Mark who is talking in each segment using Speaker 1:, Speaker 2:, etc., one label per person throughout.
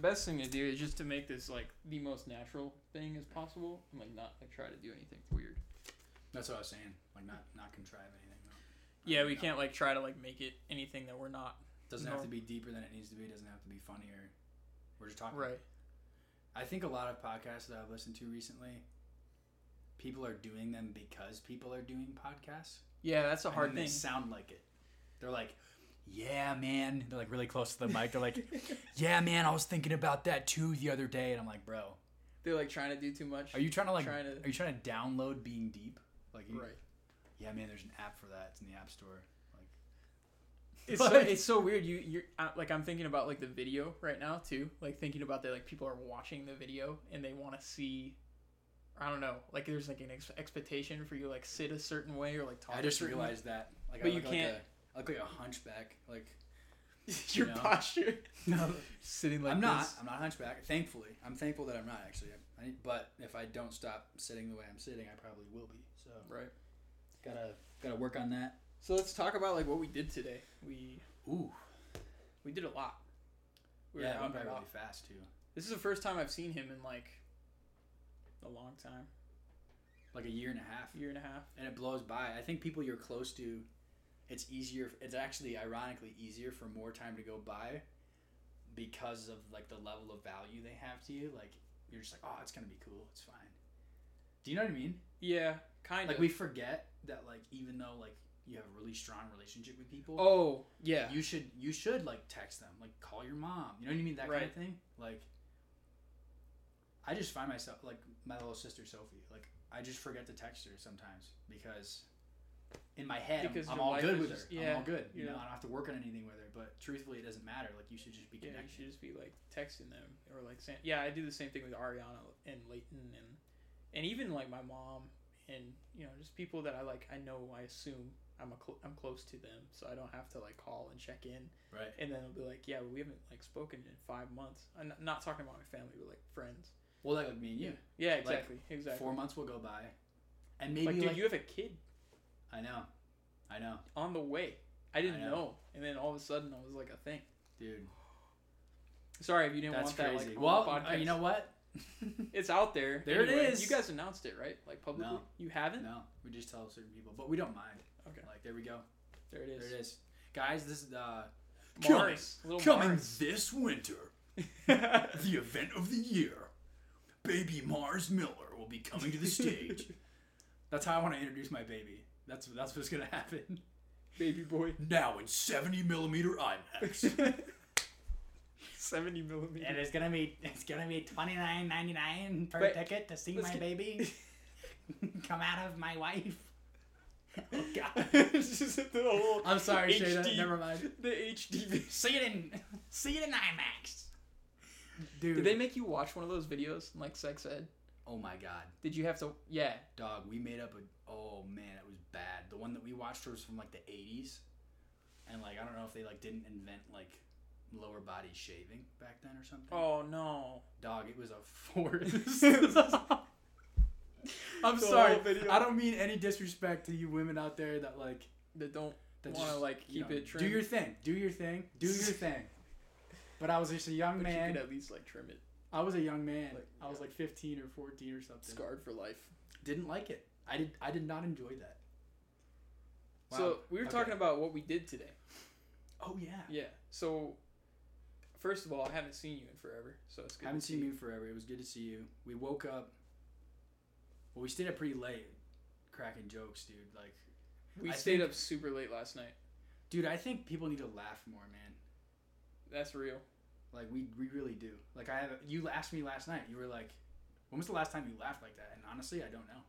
Speaker 1: best thing to do is just to make this like the most natural thing as possible, and like not like try to do anything weird.
Speaker 2: That's what I was saying. Like not not contrive anything. No.
Speaker 1: Yeah, we
Speaker 2: No.
Speaker 1: can't like try to like make it anything that we're not.
Speaker 2: Doesn't
Speaker 1: No.
Speaker 2: have to be deeper than it needs to be. Doesn't have to be funnier. We're just talking. I think a lot of podcasts that I've listened to recently, people are doing them because people are doing podcasts.
Speaker 1: Yeah, that's a
Speaker 2: and
Speaker 1: hard
Speaker 2: then They
Speaker 1: thing.
Speaker 2: sound like it. They're like, yeah, man. They're like really close to the mic. They're like, yeah, man. I was thinking about that too the other day, and I'm like, bro,
Speaker 1: They're like trying to do too much.
Speaker 2: are you trying to like,
Speaker 1: Trying to-
Speaker 2: are you trying to download being deep? Like, you,
Speaker 1: right?
Speaker 2: yeah, man. There's an app for that. It's in the app store.
Speaker 1: It's
Speaker 2: Like-
Speaker 1: so, it's so weird. You you're I- like I'm thinking about like the video right now too. Like thinking about that like people are watching the video and they want to see. I don't know. Like there's like an ex- expectation for you to, like sit a certain way or like talk.
Speaker 2: I
Speaker 1: a
Speaker 2: just
Speaker 1: certain-
Speaker 2: realized that. Like,
Speaker 1: But
Speaker 2: I
Speaker 1: you
Speaker 2: look like
Speaker 1: can't-
Speaker 2: a- I look like a hunchback. Like,
Speaker 1: your
Speaker 2: you know?
Speaker 1: posture.
Speaker 2: no,
Speaker 1: Sitting like
Speaker 2: I'm not.
Speaker 1: this.
Speaker 2: I'm not a hunchback. Thankfully, I'm thankful that I'm not actually. I, I, but if I don't stop sitting the way I'm sitting, I probably will be. So
Speaker 1: Right.
Speaker 2: gotta gotta work on that.
Speaker 1: So let's talk about like what we did today. We
Speaker 2: Ooh,
Speaker 1: we did a lot. We were
Speaker 2: yeah, it
Speaker 1: out
Speaker 2: went
Speaker 1: and
Speaker 2: by really
Speaker 1: about.
Speaker 2: fast too.
Speaker 1: This is the first time I've seen him in like a long time,
Speaker 2: Like a year and a half,
Speaker 1: year and a half.
Speaker 2: and it blows by. I think people you're close to, it's easier. It's actually ironically easier for more time to go by, because of like the level of value they have to you. Like you're just like, oh, it's gonna be cool. It's fine. Do you know what I mean?
Speaker 1: Yeah, kind
Speaker 2: like
Speaker 1: of.
Speaker 2: we forget that like even though like you have a really strong relationship with people
Speaker 1: oh yeah,
Speaker 2: you should you should like text them like call your mom you know what i mean that kind
Speaker 1: Right.
Speaker 2: of thing like i just find myself like my little sister sophie like i just forget to text her sometimes because in my head I'm-
Speaker 1: Because
Speaker 2: i'm,
Speaker 1: your
Speaker 2: all
Speaker 1: life
Speaker 2: good
Speaker 1: is
Speaker 2: with
Speaker 1: just-
Speaker 2: her i'm
Speaker 1: yeah,
Speaker 2: all good you
Speaker 1: yeah.
Speaker 2: know i don't have to work on anything with her but truthfully it doesn't matter like you should just be
Speaker 1: yeah. You
Speaker 2: connected
Speaker 1: should just be like texting them or like saying yeah. I do the same thing with Ariana and Leighton and and even like my mom and you know just people that I like. I know I assume I'm a cl- I'm close to them, so I don't have to like call and check in.
Speaker 2: right
Speaker 1: And then it'll be like yeah, we haven't like spoken in five months. I'm not- not talking about my family, but like friends.
Speaker 2: well like with me and you
Speaker 1: Yeah,
Speaker 2: Like,
Speaker 1: exactly, exactly.
Speaker 2: four months will go by and maybe
Speaker 1: like,
Speaker 2: like,
Speaker 1: dude, you have a kid
Speaker 2: i know i know
Speaker 1: on the way. I didn't
Speaker 2: know.
Speaker 1: know. and then all of a sudden, I was like a thing.
Speaker 2: dude
Speaker 1: Sorry if you didn't
Speaker 2: that's
Speaker 1: want that.
Speaker 2: crazy
Speaker 1: Like,
Speaker 2: well
Speaker 1: well, on the
Speaker 2: uh,
Speaker 1: podcast.
Speaker 2: you know what
Speaker 1: it's out there.
Speaker 2: There it
Speaker 1: Anyway,
Speaker 2: is.
Speaker 1: You guys announced it, right? Like publicly.
Speaker 2: No.
Speaker 1: You haven't.
Speaker 2: No, we just tell certain people, but we don't mind.
Speaker 1: Okay.
Speaker 2: Like there we go.
Speaker 1: There it is.
Speaker 2: There it is, guys. This is uh,
Speaker 1: Mars. Little
Speaker 2: coming
Speaker 1: Mars.
Speaker 2: this winter, the event of the year. Baby Mars Miller will be coming to the stage. that's how I want to introduce my baby. That's that's what's gonna happen.
Speaker 1: Baby boy.
Speaker 2: Now in seventy millimeter IMAX.
Speaker 1: Seventy millimeters.
Speaker 2: it's gonna be it's gonna be twenty nine ninety nine per
Speaker 1: Wait,
Speaker 2: ticket to see
Speaker 1: let's get-
Speaker 2: baby come out of my wife. Oh God.
Speaker 1: It's just the whole
Speaker 2: I'm sorry, Shayna.
Speaker 1: HD.
Speaker 2: Never mind.
Speaker 1: the HD.
Speaker 2: See it in see it in IMAX. Dude.
Speaker 1: Did they make you watch one of those videos in, like sex ed?
Speaker 2: oh my god.
Speaker 1: Did you have to? Yeah.
Speaker 2: Dog, we made up a oh man, it was bad. The one that we watched was from like the eighties. And like I don't know if they like didn't invent like lower body shaving back then or something.
Speaker 1: Oh no.
Speaker 2: Dog, it was a force.
Speaker 1: I'm
Speaker 2: I'm
Speaker 1: sorry.
Speaker 2: sorry. I don't mean any disrespect to you women out there that like
Speaker 1: that don't
Speaker 2: that
Speaker 1: want to
Speaker 2: just,
Speaker 1: like
Speaker 2: you
Speaker 1: keep
Speaker 2: know,
Speaker 1: it trimmed.
Speaker 2: Do your thing. Do your thing. Do your thing. But I was just a young
Speaker 1: but you
Speaker 2: man.
Speaker 1: could at least like trim it.
Speaker 2: I was a young man.
Speaker 1: Like,
Speaker 2: I was
Speaker 1: yeah.
Speaker 2: like 15 or 14 or something.
Speaker 1: Scarred for life.
Speaker 2: didn't like it. I did. I did not enjoy that.
Speaker 1: So we were talking about what we did today.
Speaker 2: Oh yeah.
Speaker 1: Yeah. So, first of all, I haven't seen you in forever, so it's good.
Speaker 2: Haven't
Speaker 1: to
Speaker 2: seen
Speaker 1: see
Speaker 2: you forever. It was good to see you. We woke up. Well, we stayed up pretty late, cracking jokes, dude. Like,
Speaker 1: We
Speaker 2: I
Speaker 1: stayed
Speaker 2: think-
Speaker 1: up super late last night.
Speaker 2: dude, I think people need to laugh more, man.
Speaker 1: That's real.
Speaker 2: Like, we we really do. Like, I have. You asked me last night. You were like, "When was the last time you laughed like that?" And honestly, I don't know.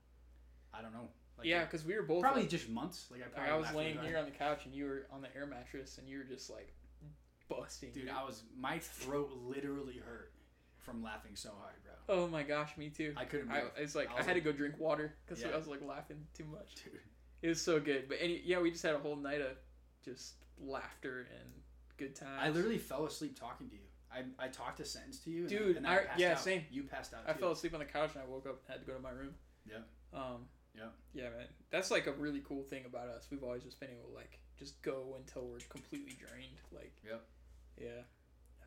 Speaker 2: I don't know. Like,
Speaker 1: yeah, because we were both
Speaker 2: Probably
Speaker 1: like,
Speaker 2: just months. Like, I
Speaker 1: like,
Speaker 2: probably
Speaker 1: I was
Speaker 2: laughed really
Speaker 1: laying
Speaker 2: hard.
Speaker 1: here on the couch and you were on the air mattress and you were just like busting.
Speaker 2: Dude,
Speaker 1: your-
Speaker 2: I was my throat literally hurt from laughing so hard, bro.
Speaker 1: oh my gosh, me too.
Speaker 2: I couldn't
Speaker 1: I,
Speaker 2: breathe.
Speaker 1: it's like
Speaker 2: I
Speaker 1: I,
Speaker 2: was
Speaker 1: had to
Speaker 2: like-
Speaker 1: go drink water because
Speaker 2: Yeah.
Speaker 1: I was like laughing too much.
Speaker 2: Dude,
Speaker 1: It was so good, but any yeah, we just had a whole night of just laughter and good times.
Speaker 2: I literally fell asleep talking to you. I, I talked a sentence to you. and I-
Speaker 1: Dude,
Speaker 2: and I,
Speaker 1: I-
Speaker 2: passed
Speaker 1: yeah,
Speaker 2: out.
Speaker 1: same.
Speaker 2: You passed out.
Speaker 1: I
Speaker 2: too.
Speaker 1: fell asleep on the couch and I woke up and had to go to my room.
Speaker 2: Yep.
Speaker 1: Um.
Speaker 2: Yep.
Speaker 1: Yeah, man. That's like a really cool thing about us. We've always just been able to like just go until we're completely drained. Like.
Speaker 2: Yep.
Speaker 1: Yeah.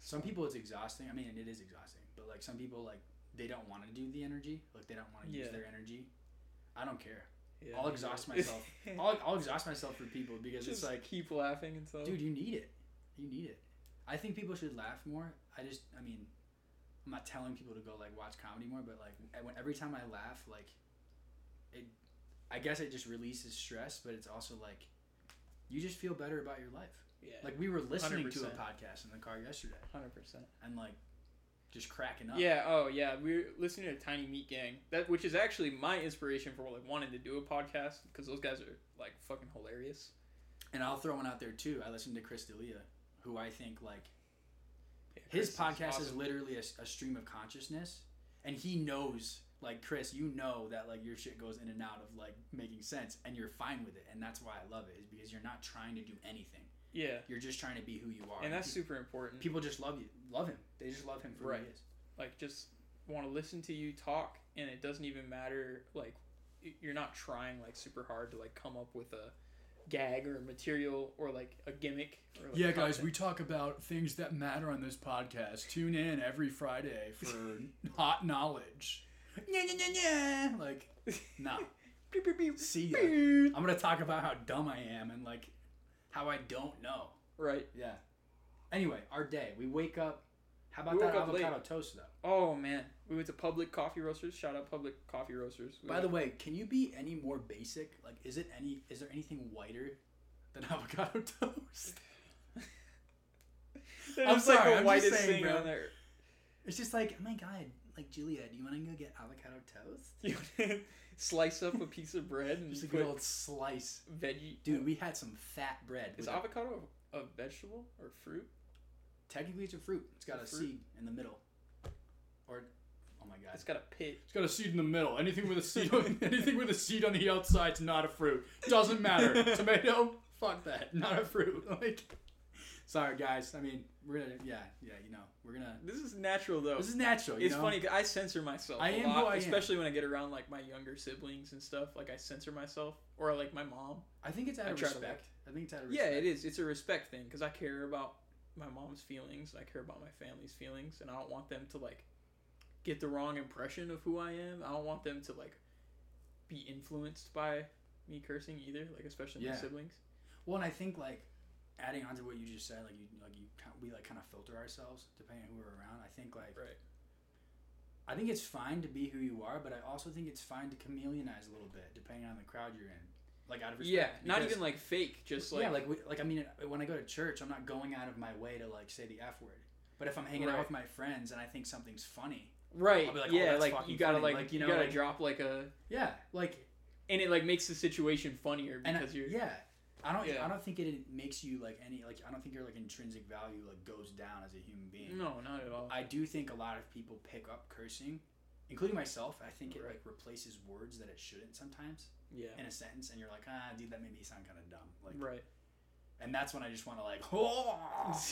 Speaker 2: Some people it's exhausting. I mean, and it is exhausting. But like some people like they don't want to do the energy. Like they don't want to use
Speaker 1: Yeah.
Speaker 2: their energy. I don't care.
Speaker 1: Yeah,
Speaker 2: I'll
Speaker 1: you
Speaker 2: exhaust
Speaker 1: know.
Speaker 2: myself. I'll, I'll exhaust myself for people because
Speaker 1: just
Speaker 2: it's like,
Speaker 1: keep laughing and stuff.
Speaker 2: dude, you need it. You need it. I think people should laugh more. I just, I mean, I'm not telling people to go like watch comedy more, but like I- when every time I laugh, like it, I guess it just releases stress, but it's also like you just feel better about your life.
Speaker 1: yeah, like
Speaker 2: Like we were listening to a
Speaker 1: 100%.
Speaker 2: podcast in the car yesterday
Speaker 1: hundred percent.
Speaker 2: and like just cracking up.
Speaker 1: Yeah. Oh, yeah. We were listening to Tiny Meat Gang, that which is actually my inspiration for like wanting to do a podcast because those guys are like fucking hilarious.
Speaker 2: And I'll throw one out there too. I listened to Chris D'Elia, who I think like
Speaker 1: Yeah, Chris
Speaker 2: his podcast
Speaker 1: awesome.
Speaker 2: is literally a, s- a stream of consciousness and he knows like chris you know that like your shit goes in and out of like making sense and you're fine with it and that's why i love it is because you're not trying to do anything
Speaker 1: yeah,
Speaker 2: you're just trying to be who you are
Speaker 1: and that's
Speaker 2: Pe-
Speaker 1: super important.
Speaker 2: people just love you love him they just love him for who
Speaker 1: Right.
Speaker 2: he is
Speaker 1: like just want to listen to you talk and it doesn't even matter like y- you're not trying like super hard to like come up with a gag or a material or like a gimmick or, like, content.
Speaker 2: talk about things that matter on this podcast tune in every friday for hot knowledge yeah yeah yeah yeah like nah
Speaker 1: Beep, beep, beep.
Speaker 2: see ya.
Speaker 1: Beep.
Speaker 2: i'm gonna talk about how dumb i am and like how i don't know
Speaker 1: right
Speaker 2: Yeah. Anyway, our day. We wake up. How about
Speaker 1: We
Speaker 2: that
Speaker 1: woke up
Speaker 2: avocado toast, though?
Speaker 1: oh man we went to public coffee roasters shout out public coffee roasters we
Speaker 2: By the way, can you be any more basic? Like, is it any? Is there anything whiter than avocado toast?
Speaker 1: They're
Speaker 2: I'm
Speaker 1: just, like, the
Speaker 2: sorry, I'm just
Speaker 1: whitest
Speaker 2: saying,
Speaker 1: thing
Speaker 2: bro.
Speaker 1: on there
Speaker 2: It's just like, oh my god, like Julia, do you want to go get avocado toast?
Speaker 1: you slice up a piece of bread and
Speaker 2: Just a good
Speaker 1: put
Speaker 2: old slice,
Speaker 1: veggie
Speaker 2: dude. We had some fat bread.
Speaker 1: is
Speaker 2: with-
Speaker 1: avocado a a vegetable or fruit
Speaker 2: technically, it's a fruit. It's got a,
Speaker 1: It's a fruit.
Speaker 2: seed in the middle. Or, oh my god,
Speaker 1: it's got a pit
Speaker 2: It's got a seed in the middle. Anything with a seed, on, anything with a seed on the outside's not a fruit. Doesn't matter. Tomato, fuck that. Not a fruit. Like, sorry guys. I mean, we're gonna, yeah, yeah. You know, we're gonna.
Speaker 1: this is natural though
Speaker 2: This is natural. You
Speaker 1: It's
Speaker 2: know?
Speaker 1: funny 'cause I censor myself.
Speaker 2: I
Speaker 1: a
Speaker 2: am
Speaker 1: lot,
Speaker 2: who I am.
Speaker 1: especially when I get around like my younger siblings and stuff. Like I censor myself, or like my mom.
Speaker 2: I think it's out
Speaker 1: I
Speaker 2: of
Speaker 1: try to
Speaker 2: respect. I think it's out of
Speaker 1: Yeah,
Speaker 2: respect.
Speaker 1: it is. It's a respect thing because I care about my mom's feelings. I care about my family's feelings, and I don't want them to like get the wrong impression of who I am. I don't want them to like be influenced by me cursing either. Like especially my
Speaker 2: Yeah.
Speaker 1: siblings.
Speaker 2: Well, and I think like adding on to what you just said, like you, like you, kin- we like kind of filter ourselves depending on who we're around. I think like
Speaker 1: Right.
Speaker 2: I think it's fine to be who you are, but I also think it's fine to chameleonize a little bit depending on the crowd you're in. Like out of respect.
Speaker 1: Yeah, not
Speaker 2: because-
Speaker 1: even like fake. Just like
Speaker 2: yeah, like we, like I mean, uh, when I go to church, I'm not going out of my way to like say the f word. But if I'm hanging out
Speaker 1: Right.
Speaker 2: with my friends and I think something's funny,
Speaker 1: right.
Speaker 2: I'll be like, oh,
Speaker 1: yeah,
Speaker 2: that's
Speaker 1: like
Speaker 2: fucking
Speaker 1: you gotta
Speaker 2: funny.
Speaker 1: like,
Speaker 2: Like, you
Speaker 1: you,
Speaker 2: know,
Speaker 1: gotta
Speaker 2: like-
Speaker 1: drop like a
Speaker 2: yeah, like
Speaker 1: and it like makes the situation funnier
Speaker 2: and I-
Speaker 1: because you're
Speaker 2: yeah, I don't
Speaker 1: Yeah.
Speaker 2: I don't think it makes you like any like I don't think your like intrinsic value like goes down as a human being.
Speaker 1: No, not at all.
Speaker 2: I do think a lot of people pick up cursing, including myself. I think it
Speaker 1: Right.
Speaker 2: like replaces words that it shouldn't sometimes
Speaker 1: yeah.
Speaker 2: in a sentence, and you're like, ah, dude, that made me sound kind of dumb. Like,
Speaker 1: right.
Speaker 2: and that's when I just want to like, oh,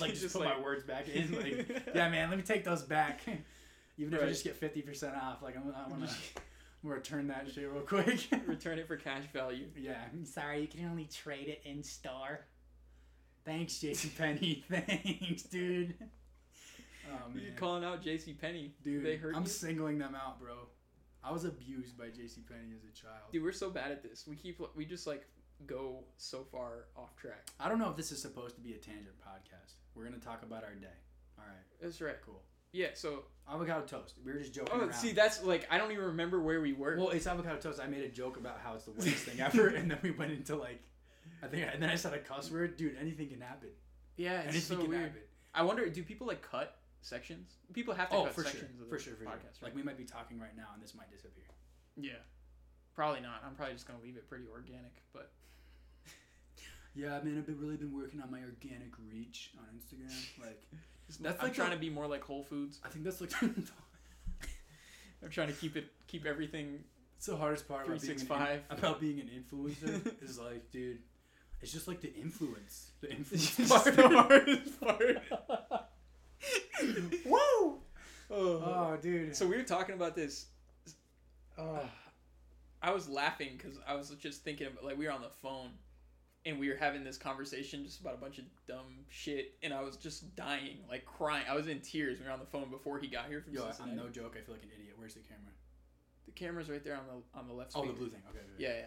Speaker 2: like just,
Speaker 1: Just
Speaker 2: put my
Speaker 1: like-
Speaker 2: words back in. Like, yeah, man, let me take those back. Even if I
Speaker 1: Right.
Speaker 2: just get fifty percent off, like I'm, I want to return that shit real quick.
Speaker 1: Return it for cash value.
Speaker 2: yeah, I'm sorry, you can only trade it in store. Thanks, Jason Penny. Thanks, dude. Oh man,
Speaker 1: You're calling out J.C. Penny,
Speaker 2: dude,
Speaker 1: they hurt
Speaker 2: I'm
Speaker 1: you?
Speaker 2: singling them out, bro. I was abused by J.C. Penny as a child.
Speaker 1: dude. We're so bad at this. We keep we just like go so far off track.
Speaker 2: I don't know if this is supposed to be a tangent podcast. We're gonna talk about our day. All right,
Speaker 1: That's right.
Speaker 2: cool.
Speaker 1: Yeah. So
Speaker 2: Avocado toast. We were just joking
Speaker 1: oh,
Speaker 2: around.
Speaker 1: see, that's like I don't even remember where we were.
Speaker 2: Well, it's avocado toast. I made a joke about how it's the worst thing ever, and then we went into like, I think, and then I said a cuss word. Dude, anything can happen.
Speaker 1: yeah, it's
Speaker 2: Anything
Speaker 1: so
Speaker 2: can
Speaker 1: weird.
Speaker 2: happen.
Speaker 1: I wonder, do people like cut sections? People have to
Speaker 2: Oh,
Speaker 1: cut
Speaker 2: for sure,
Speaker 1: sections of the
Speaker 2: for sure, for sure.
Speaker 1: podcast, right?
Speaker 2: Like we might be talking right now, and this might disappear.
Speaker 1: yeah. Probably not. I'm probably just gonna leave it pretty organic, but
Speaker 2: Yeah, man, I've been really been working on my organic reach on Instagram. Like, That's
Speaker 1: I'm
Speaker 2: like
Speaker 1: trying
Speaker 2: the-
Speaker 1: to be more like Whole Foods.
Speaker 2: I think that's like
Speaker 1: I'm trying to keep it keep everything
Speaker 2: it's the hardest part about being, an, in-
Speaker 1: 365.
Speaker 2: about being an influencer is like, dude, it's just like the influence. The influence
Speaker 1: It's
Speaker 2: part.
Speaker 1: the hardest part. Oh.
Speaker 2: Woo! Oh, dude.
Speaker 1: So we were talking about this.
Speaker 2: oh.
Speaker 1: I was laughing because I was just thinking about like we were on the phone, and we were having this conversation just about a bunch of dumb shit, and I was just dying, like crying. I was in tears. We were on the phone before he got here from
Speaker 2: Yo, I-
Speaker 1: Cincinnati.
Speaker 2: I'm no joke. I feel like an idiot. Where's the camera?
Speaker 1: The camera's right there on the on the left.
Speaker 2: Oh, the
Speaker 1: speaker.
Speaker 2: blue thing. Okay. okay,
Speaker 1: Yeah, yeah.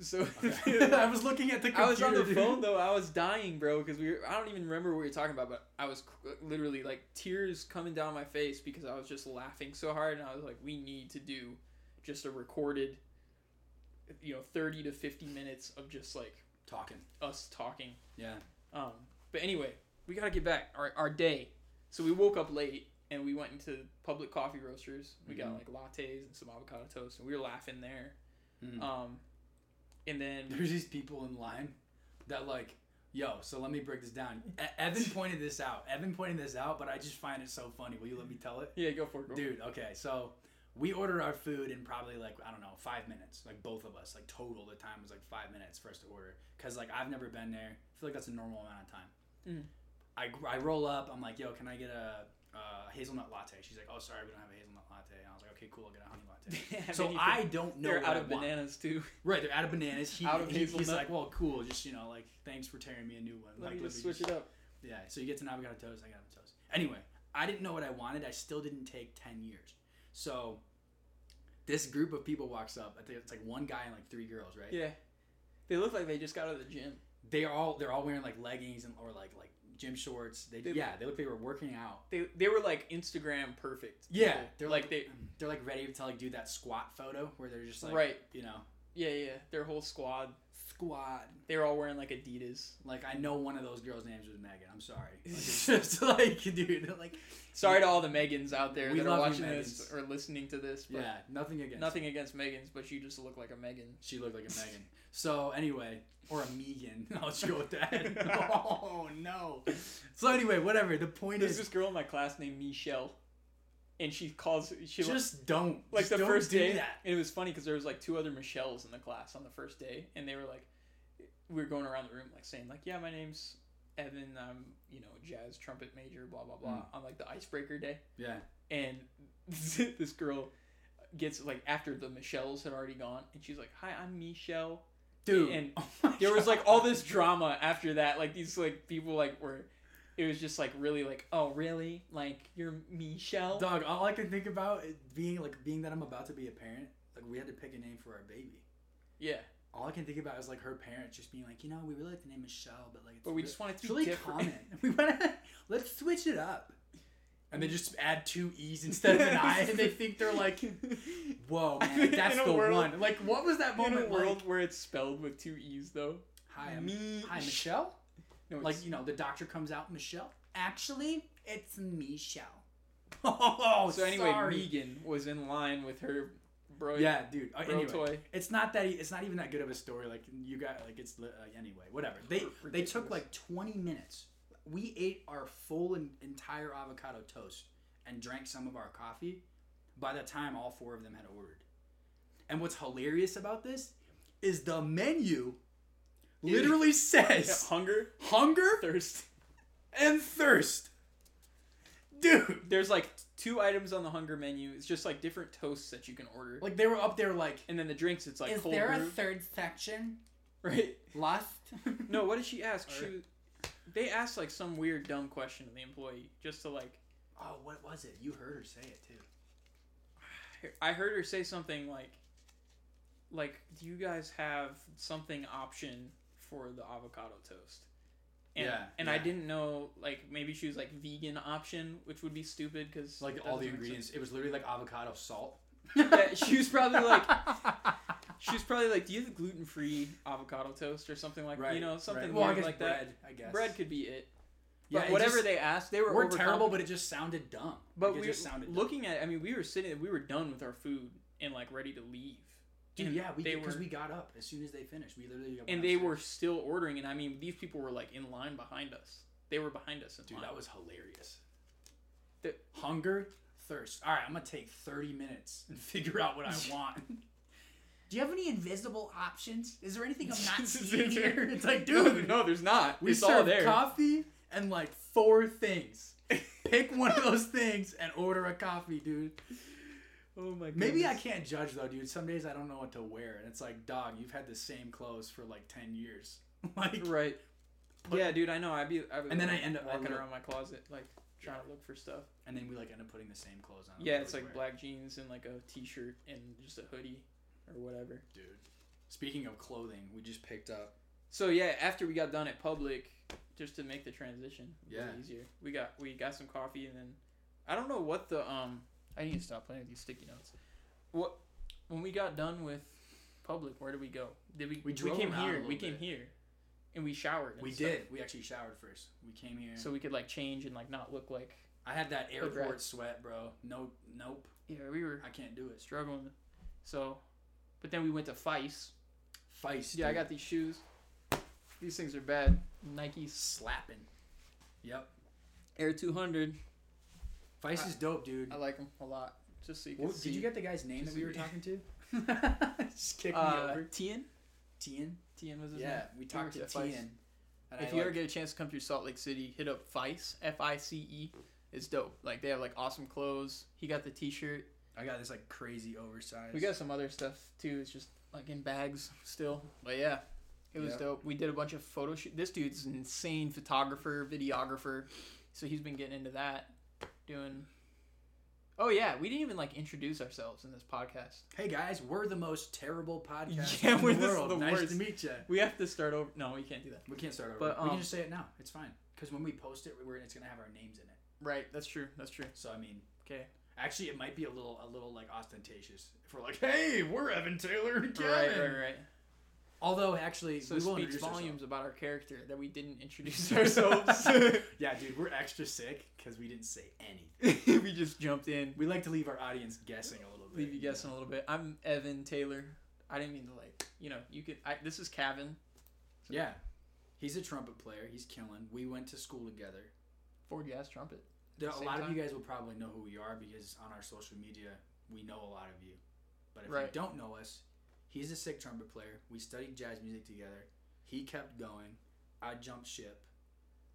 Speaker 1: So
Speaker 2: okay. Okay. I was looking at the. Computer,
Speaker 1: I was on the
Speaker 2: dude.
Speaker 1: phone though. I was dying, bro, because we. Were, I don't even remember what we were talking about, but I was c- literally like tears coming down my face because I was just laughing so hard, and I was like, "We need to do just a recorded, you know, thirty to fifty minutes of just like
Speaker 2: Talking.
Speaker 1: us talking."
Speaker 2: Yeah.
Speaker 1: Um, but anyway, we gotta get back our our day. So we woke up late and we went into public coffee roasters. We
Speaker 2: Mhm.
Speaker 1: got like lattes and some avocado toast, and we were laughing there.
Speaker 2: Mm.
Speaker 1: Um, and then
Speaker 2: There's these people in line that like, yo. So let me break this down. E- Evan pointed this out. Evan pointed this out, but I just find it so funny. Will you let me tell it?
Speaker 1: yeah, go for it, go for it.
Speaker 2: Dude, okay, so we ordered our food in probably like I don't know five minutes, like both of us, like total. The time was like five minutes for us to order, cause like I've never been there. I feel like that's a normal amount of time.
Speaker 1: Mhm.
Speaker 2: I, I roll up. I'm like, yo, can I get a, uh hazelnut latte? She's like, oh, sorry, we don't have a hazelnut latte. And I was like, okay, cool, I'll get a honey latte.
Speaker 1: Yeah,
Speaker 2: so
Speaker 1: mean, you
Speaker 2: I
Speaker 1: could-
Speaker 2: don't know.
Speaker 1: they're
Speaker 2: what
Speaker 1: out
Speaker 2: I
Speaker 1: of
Speaker 2: want.
Speaker 1: bananas too.
Speaker 2: Right, they're out of bananas. He,
Speaker 1: Out of
Speaker 2: he- he's
Speaker 1: hazelnut.
Speaker 2: like, well, cool. Just you know, like thanks for tearing me a new one.
Speaker 1: Let
Speaker 2: like,
Speaker 1: me just
Speaker 2: me
Speaker 1: switch it up.
Speaker 2: yeah, so you get an avocado toast. I got a toast. Anyway, I didn't know what I wanted. I still didn't take ten years. So this group of people walks up. I think it's like one guy and like three girls, right?
Speaker 1: Yeah, they look like they just got out of the gym.
Speaker 2: They are all they're all wearing like leggings and or like like gym shorts. They,
Speaker 1: They-
Speaker 2: yeah, they look like they were working out.
Speaker 1: They they were like Instagram perfect.
Speaker 2: Yeah,
Speaker 1: people.
Speaker 2: they're
Speaker 1: like,
Speaker 2: like- mm,
Speaker 1: they
Speaker 2: They're like ready to like do that squat photo where they're just like
Speaker 1: Right.
Speaker 2: you know
Speaker 1: yeah yeah their whole squad.
Speaker 2: squat.
Speaker 1: They were all wearing like Adidas.
Speaker 2: Like I know one of those girls' names was Megan. I'm sorry. Like, it's just like dude, like
Speaker 1: Sorry to all the Megans out there
Speaker 2: We
Speaker 1: that are
Speaker 2: love you,
Speaker 1: watching this
Speaker 2: Megans.
Speaker 1: or listening to this. But
Speaker 2: yeah, nothing against
Speaker 1: Nothing against Megans, but you just look like a Megan.
Speaker 2: She looked like a Megan. So anyway, or a Megan. I'll just go with that. oh no. So anyway, whatever. The point
Speaker 1: There's
Speaker 2: is,
Speaker 1: this girl in my class named Michelle, and she calls she like,
Speaker 2: just don't.
Speaker 1: like
Speaker 2: Just
Speaker 1: the
Speaker 2: don't
Speaker 1: first
Speaker 2: do
Speaker 1: day.
Speaker 2: That.
Speaker 1: And it was funny because there was like two other Michelles in the class on the first day, and they were like, we were going around the room like saying like, yeah, my name's Evan. I'm you know jazz trumpet major, blah blah blah.
Speaker 2: Mm.
Speaker 1: On like the icebreaker day,
Speaker 2: Yeah.
Speaker 1: and this girl gets like after the Michelles had already gone, and she's like, hi, I'm Michelle.
Speaker 2: Dude.
Speaker 1: And
Speaker 2: oh my
Speaker 1: there was
Speaker 2: God.
Speaker 1: like all this drama after that like these like people like were it was just like really like oh really like you're michelle
Speaker 2: Dog. All I can think about is being like being that I'm about to be a parent. Like we had to pick a name for our baby.
Speaker 1: yeah
Speaker 2: All I can think about is like her parents just being like, you know, we really like the name Michelle, but like, it's
Speaker 1: but we
Speaker 2: really-
Speaker 1: just wanted to be
Speaker 2: it's really
Speaker 1: different
Speaker 2: common. We want to let's switch it up. And then just add two E's instead of an I, and they think they're like, Whoa, man, like, that's
Speaker 1: In a
Speaker 2: the
Speaker 1: world-
Speaker 2: one. Like, what was that
Speaker 1: in
Speaker 2: moment?
Speaker 1: a world
Speaker 2: Like,
Speaker 1: where it's spelled with two e's though
Speaker 2: hi, I'm,
Speaker 1: me
Speaker 2: hi, Michelle.
Speaker 1: no, it's-
Speaker 2: Like, you know, the doctor comes out, Michelle. Oh, Actually, it's Michelle. Oh,
Speaker 1: so anyway
Speaker 2: sorry.
Speaker 1: megan was in line with her bro
Speaker 2: Yeah, dude. Uh,
Speaker 1: bro
Speaker 2: anyway,
Speaker 1: toy
Speaker 2: it's not that. e, It's not even that good of a story. Like, you got like it's li- like, anyway, whatever. They they
Speaker 1: Ridiculous.
Speaker 2: took like 20 minutes. We ate our full and entire avocado toast and drank some of our coffee. By the time all four of them had ordered, and what's hilarious about this is the menu literally
Speaker 1: Yeah,
Speaker 2: says
Speaker 1: hunger
Speaker 2: hunger
Speaker 1: thirst
Speaker 2: and thirst. Dude,
Speaker 1: there's like two items on the hunger menu it's just like different toasts that you can order
Speaker 2: like they were up there like.
Speaker 1: and then the drinks it's like
Speaker 2: is
Speaker 1: cold
Speaker 2: there a
Speaker 1: brew
Speaker 2: third section?
Speaker 1: right
Speaker 2: Lust?
Speaker 1: No, what did she ask? She,
Speaker 2: Or-
Speaker 1: they asked like some weird dumb question to the employee just to like.
Speaker 2: Oh, what was it? You heard her say it too.
Speaker 1: I heard her say something like, like, do you guys have something option for the avocado toast? And,
Speaker 2: Yeah,
Speaker 1: And I
Speaker 2: yeah.
Speaker 1: didn't know like maybe she was like vegan option, which would be stupid because
Speaker 2: like all the ingredients. It was literally like avocado salt.
Speaker 1: Yeah, she was probably like- She was probably like, do you have gluten free avocado toast or something like
Speaker 2: right,
Speaker 1: you know something
Speaker 2: right.
Speaker 1: weird
Speaker 2: well, I guess
Speaker 1: like that.
Speaker 2: bread, I guess
Speaker 1: Bread could be it.
Speaker 2: Yeah,
Speaker 1: But
Speaker 2: it
Speaker 1: whatever
Speaker 2: just-
Speaker 1: they asked, they were
Speaker 2: we're terrible,
Speaker 1: overcomplicating.
Speaker 2: but it just sounded dumb.
Speaker 1: But
Speaker 2: Like, it
Speaker 1: we
Speaker 2: just sounded dumb.
Speaker 1: looking at. I mean, we were sitting. We were done with our food and like ready to leave.
Speaker 2: Dude,
Speaker 1: and
Speaker 2: yeah, we
Speaker 1: they
Speaker 2: because
Speaker 1: were-
Speaker 2: we got up as soon as they finished. We literally got
Speaker 1: And they were
Speaker 2: upstairs.
Speaker 1: still ordering, and I mean, these people were like in line behind us. They were behind us in
Speaker 2: dude.
Speaker 1: line.
Speaker 2: That was hilarious.
Speaker 1: The-
Speaker 2: Hunger, thirst. All right, I'm gonna take 30 minutes and figure out what I want. Do you have any invisible options? Is there anything It's like, dude,
Speaker 1: no, there's not.
Speaker 2: We
Speaker 1: it's all
Speaker 2: serve
Speaker 1: there.
Speaker 2: coffee and like four things. Pick one of those things and order a coffee, dude.
Speaker 1: oh my god.
Speaker 2: Maybe I can't judge though, dude. Some days I don't know what to wear, and it's like, dog, you've had the same clothes for like ten years. like
Speaker 1: right.
Speaker 2: Put-
Speaker 1: yeah, dude, I know. I'd be, I'd be
Speaker 2: And then
Speaker 1: like,
Speaker 2: I end up- I
Speaker 1: walking
Speaker 2: look-
Speaker 1: around my closet, like trying to look for stuff.
Speaker 2: and then we like end up putting the same clothes on.
Speaker 1: Yeah,
Speaker 2: that
Speaker 1: it's
Speaker 2: we
Speaker 1: like
Speaker 2: wear.
Speaker 1: black jeans and like a t-shirt and just a hoodie or whatever.
Speaker 2: dude. Speaking of clothing, we just picked up
Speaker 1: So yeah, after we got done at public, just to make the transition a little
Speaker 2: Yeah.
Speaker 1: easier, we got we got some coffee and then I don't know what the um I need to stop playing with these sticky notes. What when we got done with public, where did we go? Did we
Speaker 2: We drove
Speaker 1: came
Speaker 2: around a
Speaker 1: here?
Speaker 2: little
Speaker 1: We came
Speaker 2: bit.
Speaker 1: here, and we showered. and
Speaker 2: We
Speaker 1: stuff,
Speaker 2: did. We actually showered first. We came here.
Speaker 1: so we could like change and like not look like
Speaker 2: I had that
Speaker 1: Good
Speaker 2: airport
Speaker 1: ride.
Speaker 2: sweat, bro. Nope, nope.
Speaker 1: yeah we were
Speaker 2: I can't do it.
Speaker 1: struggling. So, but then we went to Feist.
Speaker 2: Feist.
Speaker 1: Yeah, I
Speaker 2: dude.
Speaker 1: got these shoes. These things are bad. Nike
Speaker 2: slapping. Yep.
Speaker 1: Air 200.
Speaker 2: Feist is dope, dude.
Speaker 1: I like them a lot. Just so you can
Speaker 2: What-
Speaker 1: see.
Speaker 2: did you get the guy's name that
Speaker 1: Just
Speaker 2: we were
Speaker 1: see.
Speaker 2: talking to? just kicked me
Speaker 1: uh,
Speaker 2: over.
Speaker 1: Tien?
Speaker 2: Tien.
Speaker 1: Tien was his
Speaker 2: Yeah,
Speaker 1: name.
Speaker 2: we talked
Speaker 1: were
Speaker 2: to
Speaker 1: at Feist.
Speaker 2: Tien. And
Speaker 1: If
Speaker 2: I,
Speaker 1: you ever
Speaker 2: like,
Speaker 1: get a chance to come through Salt Lake City, hit up Fice. F I C E. It's dope. Like they have like awesome clothes. He got the T-shirt.
Speaker 2: I got this like crazy oversized.
Speaker 1: We got some other stuff too. It's just like in bags still. But yeah, it was
Speaker 2: Yeah.
Speaker 1: dope. We did a bunch of photo shoot. This dude's an insane photographer, videographer. So he's been getting into that, doing. Oh yeah, we didn't even like introduce ourselves in this podcast.
Speaker 2: Hey guys, we're the most terrible podcast
Speaker 1: Yeah,
Speaker 2: in
Speaker 1: we're
Speaker 2: the
Speaker 1: the-
Speaker 2: world.
Speaker 1: the
Speaker 2: nice
Speaker 1: worst.
Speaker 2: to meet you.
Speaker 1: We have to start over. No, we can't do that.
Speaker 2: We can't start over.
Speaker 1: But,
Speaker 2: we
Speaker 1: um,
Speaker 2: can just say it now. It's fine. Because when we post it, we're, it's gonna have our names in it.
Speaker 1: Right, that's true. That's true.
Speaker 2: So I mean,
Speaker 1: Okay.
Speaker 2: Actually, it might be a little, a little like ostentatious if we're like, "Hey, we're Evan Taylor and Kevin."
Speaker 1: Right, right, right.
Speaker 2: Although, actually,
Speaker 1: So
Speaker 2: we
Speaker 1: it
Speaker 2: will
Speaker 1: speaks
Speaker 2: introduce
Speaker 1: volumes about our character that we didn't introduce
Speaker 2: ourselves.
Speaker 1: ourselves.
Speaker 2: yeah, dude, we're extra sick because we didn't say anything.
Speaker 1: we just jumped in.
Speaker 2: We like to leave our audience guessing a little bit.
Speaker 1: leave you guessing a little bit. I'm Evan Taylor. I didn't mean to like, you know, you could. I, this is Kevin,
Speaker 2: know? Yeah, he's a trumpet player. He's killing. We went to school together.
Speaker 1: Ford gas trumpet.
Speaker 2: There, a
Speaker 1: Same
Speaker 2: lot of
Speaker 1: time?
Speaker 2: you guys will probably know who we are because on our social media, we know a lot of you. But if you
Speaker 1: Right.
Speaker 2: don't know us, he's a sick trumpet player. We studied jazz music together. He kept going. I jumped ship.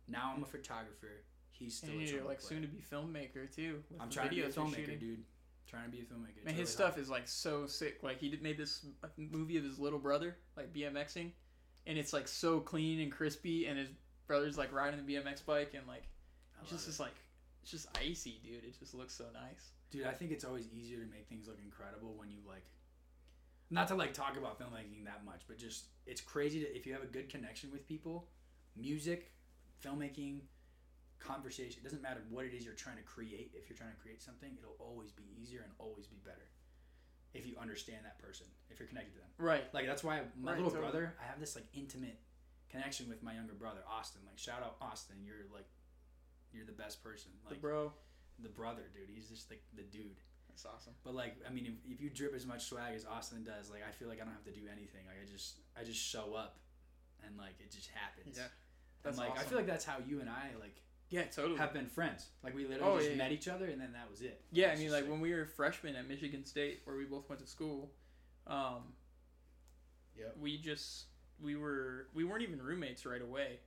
Speaker 2: Now I'm a photographer. He's still
Speaker 1: Mm. And
Speaker 2: a
Speaker 1: you're
Speaker 2: trumpet
Speaker 1: like
Speaker 2: player.
Speaker 1: soon to be filmmaker too. with
Speaker 2: I'm
Speaker 1: the
Speaker 2: trying to be a
Speaker 1: videos you're
Speaker 2: filmmaker,
Speaker 1: shooting.
Speaker 2: dude. Trying to be a filmmaker. It's
Speaker 1: Man, his
Speaker 2: really hard.
Speaker 1: stuff is like so sick. Like he did made this uh, movie of his little brother, like BMXing, and it's like so clean and crispy. And his brother's like riding the BMX bike, and like
Speaker 2: I
Speaker 1: it's
Speaker 2: love
Speaker 1: just
Speaker 2: it.
Speaker 1: this like it's just icy, dude. It just looks so nice.
Speaker 2: Dude, I think it's always easier to make things look incredible when you like not to like talk about filmmaking that much, but just it's crazy to if you have a good connection with people, music, filmmaking, conversation, it doesn't matter what it is you're trying to create. If you're trying to create something, it'll always be easier and always be better if you understand that person, if you're connected to them.
Speaker 1: Right.
Speaker 2: Like that's why my
Speaker 1: Right,
Speaker 2: little
Speaker 1: totally.
Speaker 2: brother, I have this like intimate connection with my younger brother, Austin. Like shout out Austin, you're like you're the best person. Like
Speaker 1: the bro.
Speaker 2: the brother, dude. He's just like the dude.
Speaker 1: That's awesome.
Speaker 2: But like, I mean, if, if you drip as much swag as Austin does, like, I feel like I don't have to do anything. Like, I just, I just show up, and like, it just happens.
Speaker 1: Yeah, that's
Speaker 2: That's and, like, I
Speaker 1: awesome.
Speaker 2: feel like that's how you and I like
Speaker 1: Yeah, totally.
Speaker 2: have been friends. Like, we literally
Speaker 1: Oh,
Speaker 2: just
Speaker 1: yeah,
Speaker 2: met each other, and then that was it.
Speaker 1: Yeah, I
Speaker 2: It's
Speaker 1: mean,
Speaker 2: just,
Speaker 1: like when we were freshmen at Michigan State, where we both went to school, um,
Speaker 2: Yep.
Speaker 1: we just we were we weren't even roommates right away.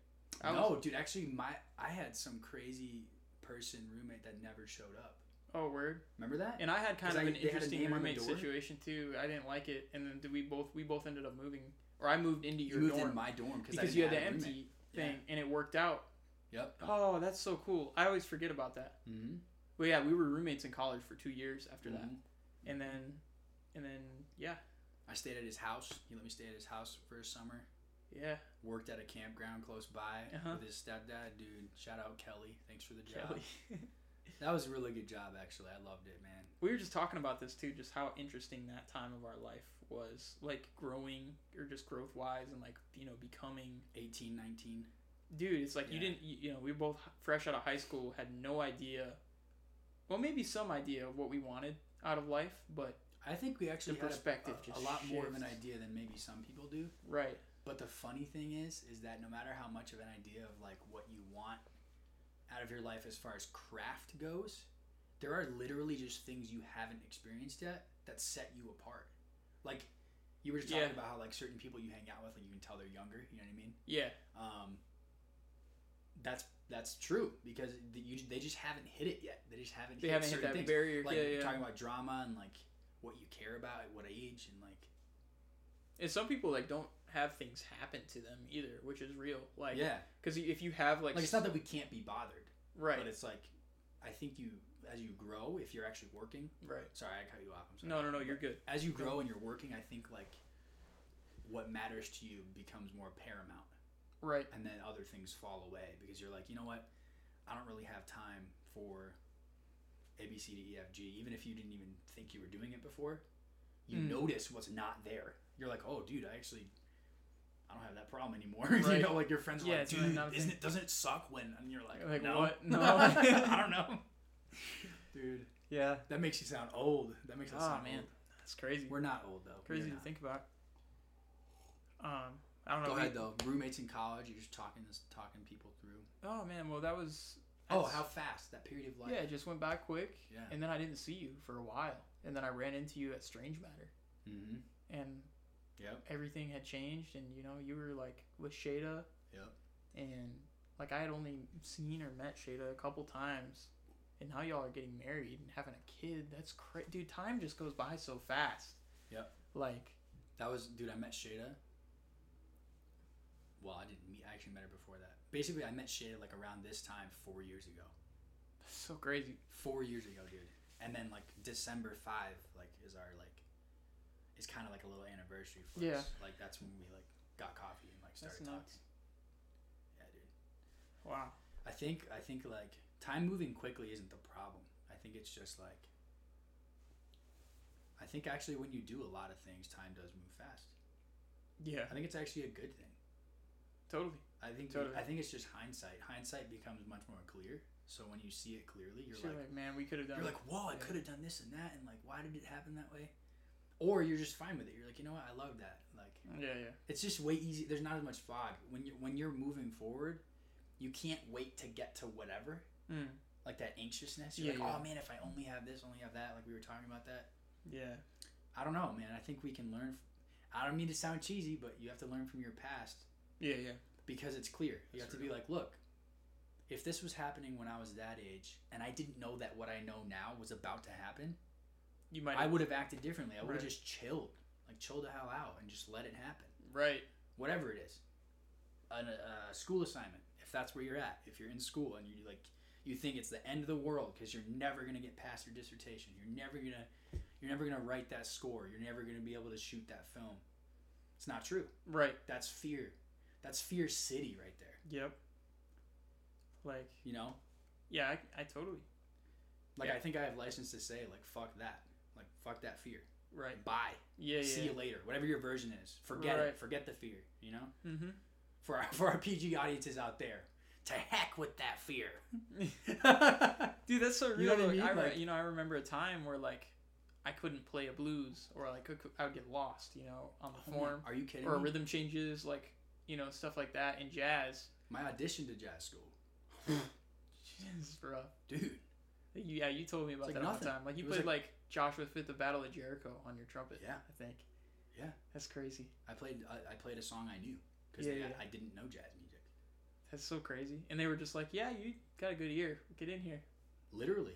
Speaker 1: I
Speaker 2: no,
Speaker 1: was-
Speaker 2: dude. Actually, my I had some crazy person roommate that never showed up.
Speaker 1: oh, word.
Speaker 2: Remember that?
Speaker 1: And I had kind
Speaker 2: 'Cause
Speaker 1: of
Speaker 2: I-
Speaker 1: an
Speaker 2: they had a
Speaker 1: interesting
Speaker 2: name on the
Speaker 1: roommate
Speaker 2: door?
Speaker 1: situation too. I didn't like it, and then did we both we both ended up moving, or I moved into
Speaker 2: you
Speaker 1: your
Speaker 2: moved
Speaker 1: dorm
Speaker 2: in my dorm cause I
Speaker 1: because
Speaker 2: didn't
Speaker 1: you had
Speaker 2: have
Speaker 1: the
Speaker 2: a roommate.
Speaker 1: empty thing, and it worked out.
Speaker 2: Yep.
Speaker 1: Oh, that's so cool. I always forget about that.
Speaker 2: Mm-hmm.
Speaker 1: But yeah, we were roommates in college for two years after that, and then, and then yeah,
Speaker 2: I stayed at his house. He let me stay at his house for a summer.
Speaker 1: yeah,
Speaker 2: worked at a campground close by
Speaker 1: Uh-huh.
Speaker 2: with his stepdad, dude. Shout out Kelly. Thanks for the job.
Speaker 1: Kelly.
Speaker 2: That was a really good job, actually. I loved it, man.
Speaker 1: we were just talking about this too, just how interesting that time of our life was, like growing or just growth wise, and like you know becoming.
Speaker 2: 18, 19.
Speaker 1: Dude, it's like you
Speaker 2: Yeah.
Speaker 1: didn't, you, you know, we were both h- fresh out of high school, had no idea. Well, maybe some idea of what we wanted out of life, but
Speaker 2: I think we actually had a-
Speaker 1: perspective
Speaker 2: a,
Speaker 1: just
Speaker 2: a lot more of an
Speaker 1: shifts.
Speaker 2: idea than maybe some people do.
Speaker 1: right,
Speaker 2: But the funny thing is, is that no matter how much of an idea of like what you want out of your life as far as craft goes, there are literally just things you haven't experienced yet that set you apart. Like you were just talking
Speaker 1: Yeah.
Speaker 2: about how like certain people you hang out with, like you can tell they're younger. You know what I mean?
Speaker 1: yeah,
Speaker 2: um, that's that's true because the, you, they just haven't hit it yet. They just haven't.
Speaker 1: they
Speaker 2: hit
Speaker 1: haven't hit
Speaker 2: certain
Speaker 1: that
Speaker 2: things.
Speaker 1: barrier.
Speaker 2: Like
Speaker 1: yeah, yeah.
Speaker 2: talking about drama and like what you care about at what age and like
Speaker 1: And some people like don't have things happen to them either, which is real. Like,
Speaker 2: yeah,
Speaker 1: because if you have like,
Speaker 2: like it's not that we can't be bothered,
Speaker 1: right,
Speaker 2: but it's like I think you as you grow, if you're actually working.
Speaker 1: right.
Speaker 2: Sorry, I cut you off. I'm sorry.
Speaker 1: No, no, no. You're good.
Speaker 2: As you grow and you're working, I think like what matters to you becomes more paramount,
Speaker 1: Right.
Speaker 2: and then other things fall away because you're like, you know what, I don't really have time for A B C D E F G. Even if you didn't even think you were doing it before, you
Speaker 1: Mm.
Speaker 2: notice what's not there. You're like, oh, dude, I actually. I don't have that problem anymore.
Speaker 1: Right.
Speaker 2: you know, like your friends are
Speaker 1: Yeah,
Speaker 2: like,
Speaker 1: it's really
Speaker 2: dude,
Speaker 1: not a
Speaker 2: isn't
Speaker 1: thing."
Speaker 2: it? Doesn't it suck when? And you're like,
Speaker 1: Like,
Speaker 2: no,
Speaker 1: what? No.
Speaker 2: I don't know, dude.
Speaker 1: Yeah.
Speaker 2: That makes you sound old. That makes us
Speaker 1: Ah,
Speaker 2: sound
Speaker 1: man.
Speaker 2: old.
Speaker 1: That's crazy.
Speaker 2: We're not old though. We are
Speaker 1: crazy to
Speaker 2: not.
Speaker 1: think about. Um, I don't know.
Speaker 2: Go
Speaker 1: we-
Speaker 2: ahead though. Roommates in college, you're just talking this, talking people through.
Speaker 1: Oh man, well that was.
Speaker 2: Oh,
Speaker 1: that's-
Speaker 2: how fast that period of life.
Speaker 1: Yeah, it just went by quick,
Speaker 2: Yeah.
Speaker 1: and then I didn't see you for a while, and then I ran into you at Strange Matter,
Speaker 2: Mm-hmm.
Speaker 1: and
Speaker 2: Yep.
Speaker 1: everything had changed, and you know you were like with Shada.
Speaker 2: Yep.
Speaker 1: And like I had only seen or met Shada a couple times, and now y'all are getting married and having a kid. That's crazy, dude. Time just goes by so fast.
Speaker 2: Yep.
Speaker 1: Like
Speaker 2: That was dude. I met Shada. Well, I didn't meet. I actually met her before that. Basically, I met Shada like around this time four years ago.
Speaker 1: that's so crazy.
Speaker 2: Four years ago, dude. And then like December five, like is our like, it's kind of like a little anniversary for
Speaker 1: Yeah.
Speaker 2: us. Like that's when we like got coffee and like started
Speaker 1: That's
Speaker 2: talking.
Speaker 1: nuts.
Speaker 2: Yeah, dude.
Speaker 1: Wow.
Speaker 2: I think I think like time moving quickly isn't the problem. I think it's just like I think actually when you do a lot of things, time does move fast.
Speaker 1: Yeah.
Speaker 2: I think it's actually a good thing.
Speaker 1: Totally.
Speaker 2: I think
Speaker 1: Totally.
Speaker 2: I think it's just hindsight. Hindsight becomes much more clear. So when you see it clearly, you're
Speaker 1: You're
Speaker 2: like,
Speaker 1: like, man, we could have done.
Speaker 2: you're like, whoa, I
Speaker 1: yeah.
Speaker 2: could have done this and that, and like, why did it happen that way? Or you're just fine with it. You're like, you know what, I love that. Like,
Speaker 1: yeah, yeah.
Speaker 2: it's just way easy. There's not as much fog when you when you're moving forward. You can't wait to get to whatever.
Speaker 1: Mm.
Speaker 2: like that anxiousness. You're
Speaker 1: Yeah,
Speaker 2: like,
Speaker 1: yeah.
Speaker 2: oh man, if I only have this, only have that. Like we were talking about that.
Speaker 1: Yeah.
Speaker 2: I don't know, man. I think we can learn. I don't mean to sound cheesy, but you have to learn from your past
Speaker 1: Yeah, yeah.
Speaker 2: because it's clear. You
Speaker 1: That's
Speaker 2: have to be like, look, if this was happening when I was that age and I didn't know that what I know now was about to happen,
Speaker 1: You might.
Speaker 2: I would have acted differently. I would have
Speaker 1: Right.
Speaker 2: just chilled, like chilled the hell out and just let it happen.
Speaker 1: Right.
Speaker 2: Whatever it is, An, a, a school assignment. If that's where you're at, if you're in school and you like you think it's the end of the world because you're never going to get past your dissertation you're never going to you're never going to write that score you're never going to be able to shoot that film it's not true
Speaker 1: Right.
Speaker 2: that's fear that's fear city right there
Speaker 1: Yep. Like,
Speaker 2: you know
Speaker 1: yeah, I, I totally.
Speaker 2: like
Speaker 1: Yeah.
Speaker 2: i think i have license to say like fuck that like fuck that fear
Speaker 1: Right.
Speaker 2: bye
Speaker 1: Yeah, yeah.
Speaker 2: see you later whatever your version is forget
Speaker 1: Right.
Speaker 2: it forget the fear you know
Speaker 1: Mm-hmm.
Speaker 2: for our, for our pg audiences out there to heck with that fear Oh,
Speaker 1: Dude, that's so real.
Speaker 2: You know what I
Speaker 1: like,
Speaker 2: mean?
Speaker 1: re-
Speaker 2: Like-
Speaker 1: you know, I remember a time where like I couldn't play a blues, or like I could- I would get lost, you know, on the form,
Speaker 2: are you kidding
Speaker 1: or
Speaker 2: me?
Speaker 1: rhythm changes, like you know, stuff like that, and jazz.
Speaker 2: my audition to jazz school
Speaker 1: Jesus, bro.
Speaker 2: dude
Speaker 1: Yeah, you told me about
Speaker 2: like
Speaker 1: that all the
Speaker 2: nothing.
Speaker 1: time. Like you
Speaker 2: It was
Speaker 1: played like, Joshua Fit the Battle of Jericho on your trumpet.
Speaker 2: Yeah.
Speaker 1: I think.
Speaker 2: Yeah.
Speaker 1: That's crazy.
Speaker 2: I played I, I played a song I knew because
Speaker 1: Yeah, yeah.
Speaker 2: I didn't know jazz music.
Speaker 1: That's so crazy. And they were just like, "Yeah, you got a good ear. Get in here."
Speaker 2: Literally,